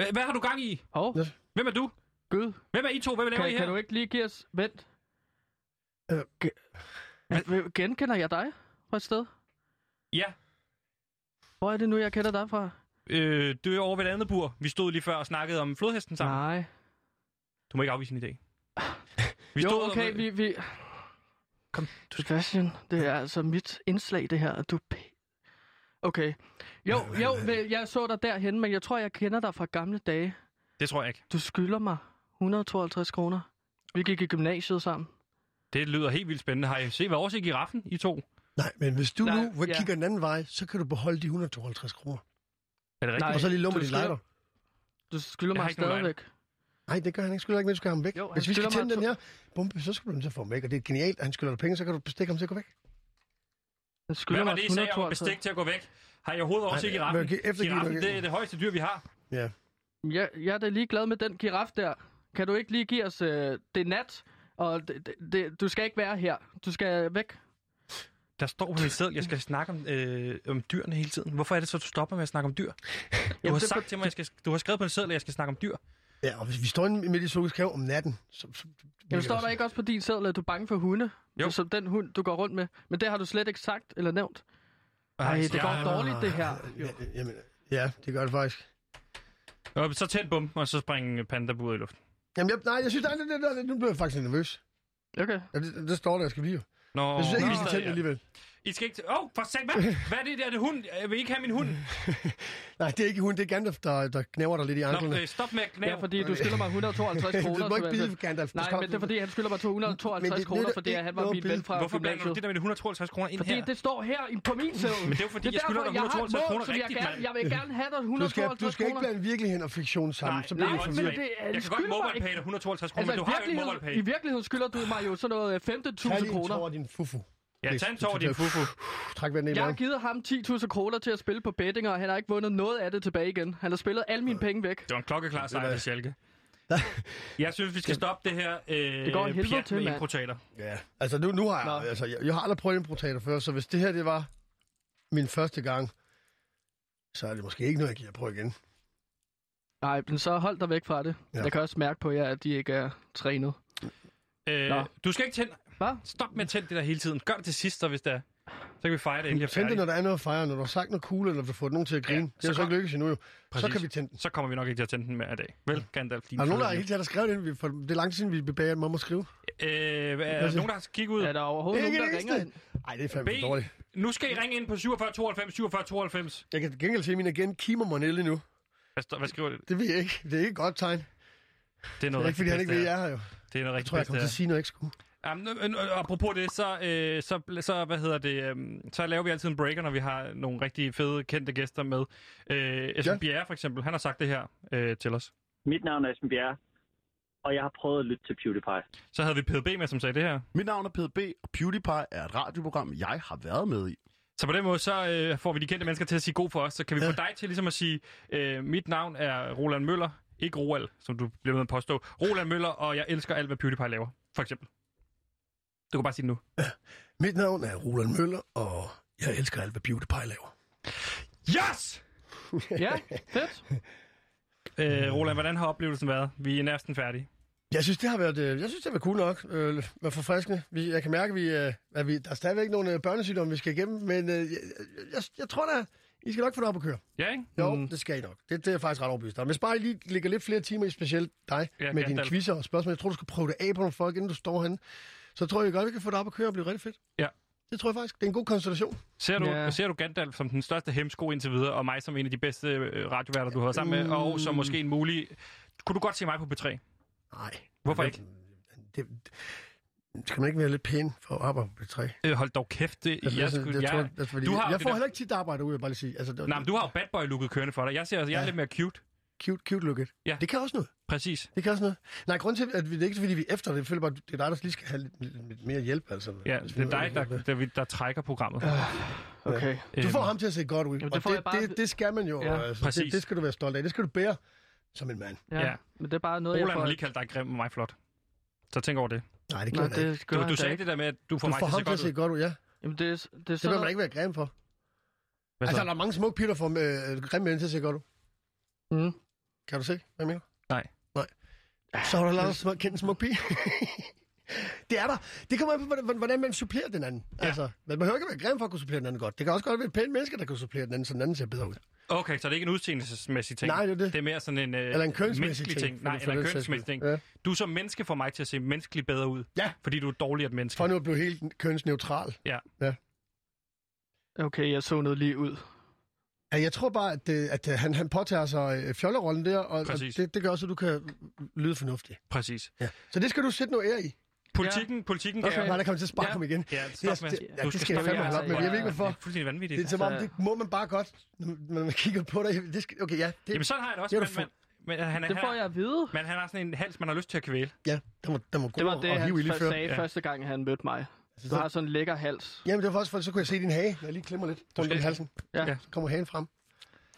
Hva- Hvad har du gang i? Åh, oh, Ja. Hvem er du? gud. Hvem er I to? Hvad laver I Kan, her? kan du ikke lige give os... Vent. Øh, Men... Genkender jeg dig fra et sted? Ja, Hvor er det nu, jeg kender dig fra? øh, du er over ved et andet bur. Vi stod lige før og snakkede om flodhesten sammen. Nej. Nej. Du må ikke afvise en idé. Vi jo, stod okay, og... vi... vi... Kom, Du, Sebastian, det er altså mit indslag, det her, og du... er p- Okay. Jo, jo, men jeg så dig derhen, men jeg tror, jeg kender dig fra gamle dage. Det tror jeg ikke. Du skylder mig 152 kroner. Vi gik i gymnasiet sammen. Det lyder helt vildt spændende. Har I set, hvad årsag i giraffen, I to? Nej, men hvis du Nej, nu vil ja. kigger den anden vej, så kan du beholde de 152 kroner. Er det rigtigt? Nej, Og så lige lummer du dit skylder- lighter. Du skylder Jeg har mig ikke nogen stadigvæk. Nej, det gør han ikke. Skylder ikke, men du skal have ham væk. Jo, Jo, han Hvis vi skal skylder tænde mig den her bombe, så skal du så få ham væk. Og det er genialt, at han skylder dig penge, så kan du bestikke ham til at gå væk. Du Hvad skylder var mig det, I sagde om at 152. bestik til at gå væk? Har I overhovedet årsag i men giraffen? okay, eftergiv Giraffen, det. det er det højeste dyr, vi har. Ja. Jeg, jeg er da lige glad med den giraf der. Kan du ikke lige give os... Øh, det er nat, og det, det, det, du skal ikke være her. Du skal væk. Der står på min seddel, jeg skal snakke om, øh, om dyrene hele tiden. Hvorfor er det så, du stopper med at snakke om dyr? Du har det er sagt til mig, jeg skal, du har skrevet på en seddel, at jeg skal snakke om dyr. Ja, og hvis vi står inde midt i zoologisk have om natten, så... så Jamen, står der ikke også på din seddel, at du er bange for hunde? Jo. Som den hund, du går rundt med. Men det har du slet ikke sagt eller nævnt. Ej, det jeg- går dårligt, det her. Jo. Ja, jamen, ja, det gør det faktisk. Og så tæt bum, og så springe pandaburet i luften. Jamen, jeg, nej, jeg synes, nej, nej, nej, nej, nu blev jeg faktisk nervøs. Okay. Ja, det, det, står der, jeg skal blive. Nå, Jeg synes ikke, vi skal nå. tænde alligevel. I skal ikke... Åh, oh, for sat, hvad? Hvad er det der? Er det hund? Jeg vil ikke have min hund. Nej, det er ikke hun, det er Gandalf, der, der knæver dig lidt i Nå, anklerne. øh, stop med at Ja, knæve. fordi du skylder mig 152 kroner. du må ikke Sebastian. bide Gandalf. Du Nej, skal- men det er fordi, han skylder mig Men 252 det kroner, nytter fordi ikke han var noget min billede. ven fra Hvorfor blander du gymnasiet. det der med de 152 kroner ind Fordi her? det står her i- på min seddel. Men det er jo fordi, jeg skylder dig jeg har et 152 mål, kroner som jeg, rigtigt, gerne, mand. jeg vil gerne have dig Du skal, du 152 skal ikke kroner. blande virkeligheden og fiktion sammen. så bliver nej, det men for det, vildt. det er- jeg kan godt skylder mig mobile pay ikke. dig 152 kroner, Altså, men i du har jo ikke mobile virkeligheden, pay. i virkeligheden skylder du mig jo sådan noget øh, Tag 15.000 lige en kroner. tår af din fufu. Ja, tag en tår af din fufu. Puh, Træk vand ned i Jeg har maven. givet ham 10.000 kroner til at spille på betting, og han har ikke vundet noget af det tilbage igen. Han har spillet alle mine penge væk. Det var en klokkeklar sejr til Schalke. Jeg synes, vi skal stoppe det her øh, Det går en helvede pjat til, med mand. improtater. Ja. Altså, nu, nu har jeg, Nå. altså, jeg, jeg har aldrig prøvet improtater før, så hvis det her det var min første gang, så er det måske ikke noget, jeg giver på igen. Nej, men så hold dig væk fra det. Ja. Jeg kan også mærke på jer, at de ikke er trænet. Nå. Øh, du skal ikke tænde... Hvad? Stop med at tænde det der hele tiden. Gør det til sidst, så hvis det er. Så kan vi fejre det, inden jeg er Tænd det, færdig. når der er noget at fejre, når du har sagt noget cool, eller du har fået nogen til at grine. Ja, Ja, det så er jo så kom- ikke lykkedes endnu, jo. Så Præcis. kan vi tænde den. Så kommer vi nok ikke til at tænde den mere i dag. Vel, Gandalf, din Er der nogen, der fede har helt tiden skrevet ind? Vi- For det er lang tid siden, vi bebager dem om at skrive. Øh, hvad- er der nogen, der har kigget ud? Er der overhovedet Ikke det nogen, der ringer ind? eneste. Nej, det er fandme B. for dårligt. Nu skal I ringe ind på 47 92 47 92. Jeg kan til gengæld se, at min agent kimer mig ned lige nu. Hvad, står- hvad skriver det? Det ved jeg ikke. Det er ikke et godt tegn. Det Det er er noget ikke, fordi han rigtig ikke ved, at bedst, jeg er her, jo. det her. Det er noget Jeg rigtig tror, jeg bedst, det kommer til her. at sige noget, jeg ikke skulle. Jamen, nu- øh, nu- nu- apropos det, så, øh, så, så, hvad hedder det, øhm, så laver vi altid en breaker, når vi har nogle rigtig fede, kendte gæster med. Øh, Esben Ja. Bjerre for eksempel, han har sagt det her øh, til os. Mit navn er Esben Bjerre, og jeg har prøvet at lytte til PewDiePie. Så havde vi PDB med, som sagde det her. Mit navn er PDB, og PewDiePie er et radioprogram, jeg har været med i. Så på den måde, så øh, får vi de kendte mennesker til at sige god for os. Så kan vi få dig til ligesom at sige, øh, mit navn er Roland Møller, ikke Roald, som du bliver med at påstå. Roland Møller, og jeg elsker alt, hvad PewDiePie laver, for eksempel. Du kan bare sige det nu. Mit navn er Roland Møller, og jeg elsker alt, hvad PewDiePie laver. Yes! Ja, fedt. Øh, Roland, hvordan har oplevelsen været? Vi er næsten færdige. Jeg synes, det har været, øh, jeg synes, det har været cool nok. Øh, været forfriskende. Vi, jeg kan mærke, vi, øh, at vi, der er stadigvæk nogle øh, børnesygdomme, vi skal igennem, men øh, jeg, jeg, jeg, tror da, I skal nok få det op at køre. Ja, ikke? Jo, mm. det skal I nok. Det, det er jeg faktisk ret overbevist om. Hvis bare I lige ligger lidt flere timer i specielt dig Ja, ja, med gerne dine da. quizzer og spørgsmål. Jeg tror, du skal prøve det af på nogle folk, inden du står henne. Så tror jeg godt, vi kan få det op at køre og blive rigtig fedt. Ja. Det tror jeg faktisk. Det er en god konstellation. Ser du, Ja. ser du Gandalf som den største hemsko indtil videre, og mig som en af de bedste øh, radioværter, du har været sammen med, og Mm. som måske en mulig... Kunne du godt se mig på B3? Nej. Hvorfor ikke? Det, det, skal man ikke være lidt pæn for at arbejde på træ? Øh, hold dog kæft, det, Altså, jeg, sådan, skulle, jeg, jeg, tror, altså, fordi du har jeg, jo jeg det får der- heller ikke tit arbejde ud, jeg vil bare lige sige. Altså, det, Nej, men du har jo badboy-looket kørende for dig. Jeg ser, jeg er Ja. lidt mere cute. cute, cute look it. Ja. Det kan også noget. Præcis. Det kan også noget. Nej, grund til, at vi, det er ikke fordi, vi er efter det. Jeg føler bare, det er dig, der lige skal have lidt, lidt mere hjælp. Altså, Ja, Hvis det er man- dig, der, der, der trækker programmet. Okay. Du får Øhm, ham til at se godt ud. Jamen, Jamen, det det, får og jeg det, bare- bare... det, det skal man jo. Ja. Ja, altså, Præcis. det, det skal du være stolt af. Det skal du bære som en mand. Ja. Ja. Men det er bare noget, jeg Roland får... har lige kaldt dig grim og mig flot. Så tænk over det. Nej, det Nå, gjorde det ikke. det gør Du, han du da sagde ikke. det der med, at du får Du mig får ham til til at at se se godt ud. Altså- godt ud, ja. Jamen, det er, det er Det sådan vil man ikke være grim for. Hvad Altså, så? der er mange smukke piger, der får øh, grimme mænd til at se godt ud. Mm. Kan du se, hvad jeg mener? Nej. Nej. Så har du allerede smuk, kendt en smuk pige. det er der. Det kommer an på, hvordan- hvordan man supplerer den anden. Ja. Altså, man behøver ikke at være grim for at kunne supplere den anden godt. Det kan også godt være et pænt menneske, der kan supplere den anden, så den anden ser bedre ud. Okay, så det er ikke en udseendelsesmæssig ting. Nej, det er det. Det er mere sådan en, øh, Eller en kønsmæssig menneskelig ting, for Nej, det- for eller en den sags kønsmæssig ting. skyld. Ja. Ja. Du som menneske får mig til at se menneskeligt bedre ud. Ja. Fordi du er dårligere et menneske. For nu at blive helt kønsneutral. Mm. Okay, jeg så noget lige ud. Ja, jeg tror bare, at, det, at øh, han, han påtager sig øh, fjollerollen der, og, og Præcis. det, det gør også, at du kan lyde fornuftig. Præcis. Ja. Så det skal du sætte noget ære i. Politikken, politikken Okay. kan Ja. Nej, der kommer til at sparke Ja. ja. ham igen. Ja, stop Yes, med. det- ja, det skal jeg stoppe fandme med. holde op med. Jeg ved ikke, hvorfor. Det er fuldstændig Det er vanvittigt. som om, Altså- det må man bare godt, når man kigger på dig. Det skal, okay, ja, det, Jamen, sådan har jeg det også. Det er Men, du men, men, han, er- Det får han, jeg at vide. er- men han har sådan en hals, man har lyst til at kvæle. ja, der må, der må gå Det var det, og han hive i lige fa- før. sagde Ja. første gang, han mødte mig. Du har sådan en lækker hals. Jamen, det var også for, så kunne jeg se din hage, når jeg lige klemmer lidt rundt om halsen. Ja. Ja. Så kommer hagen frem.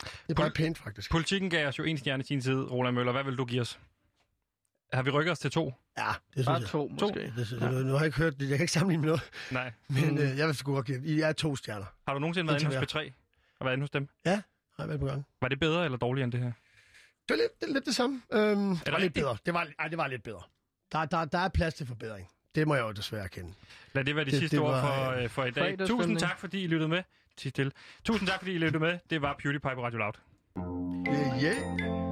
Det er bare pænt, faktisk. Politikken gav os jo en stjerne i sin side, Roland Møller. Hvad vil du give os? Har vi rykket os til to? Ja, det Bare synes jeg. to, Mm. måske. Det synes jeg. Nu har jeg ikke hørt det. Jeg kan ikke sammenligne med noget. Nej. Men øh, jeg vil sgu godt give I er to stjerner. Har du nogensinde været Den inde hos B3? Og været inde hos dem? Har jeg været på gang. Var det bedre eller dårligere end det her? Det var lidt det, er lidt det samme. Øhm, det var lidt rigtigt? bedre. Det var, ej, det var lidt bedre. Der, der, der er plads til forbedring. Det må jeg jo desværre erkende. Lad det være de Det- sidste det ord var, for, øh, øh, for i dag. fredagsstemning. Tusind tak, fordi I lyttede med. Tid stille. Tusind tak, fordi I lyttede med. Det var PewDiePie på Radio Loud. Yeah, yeah.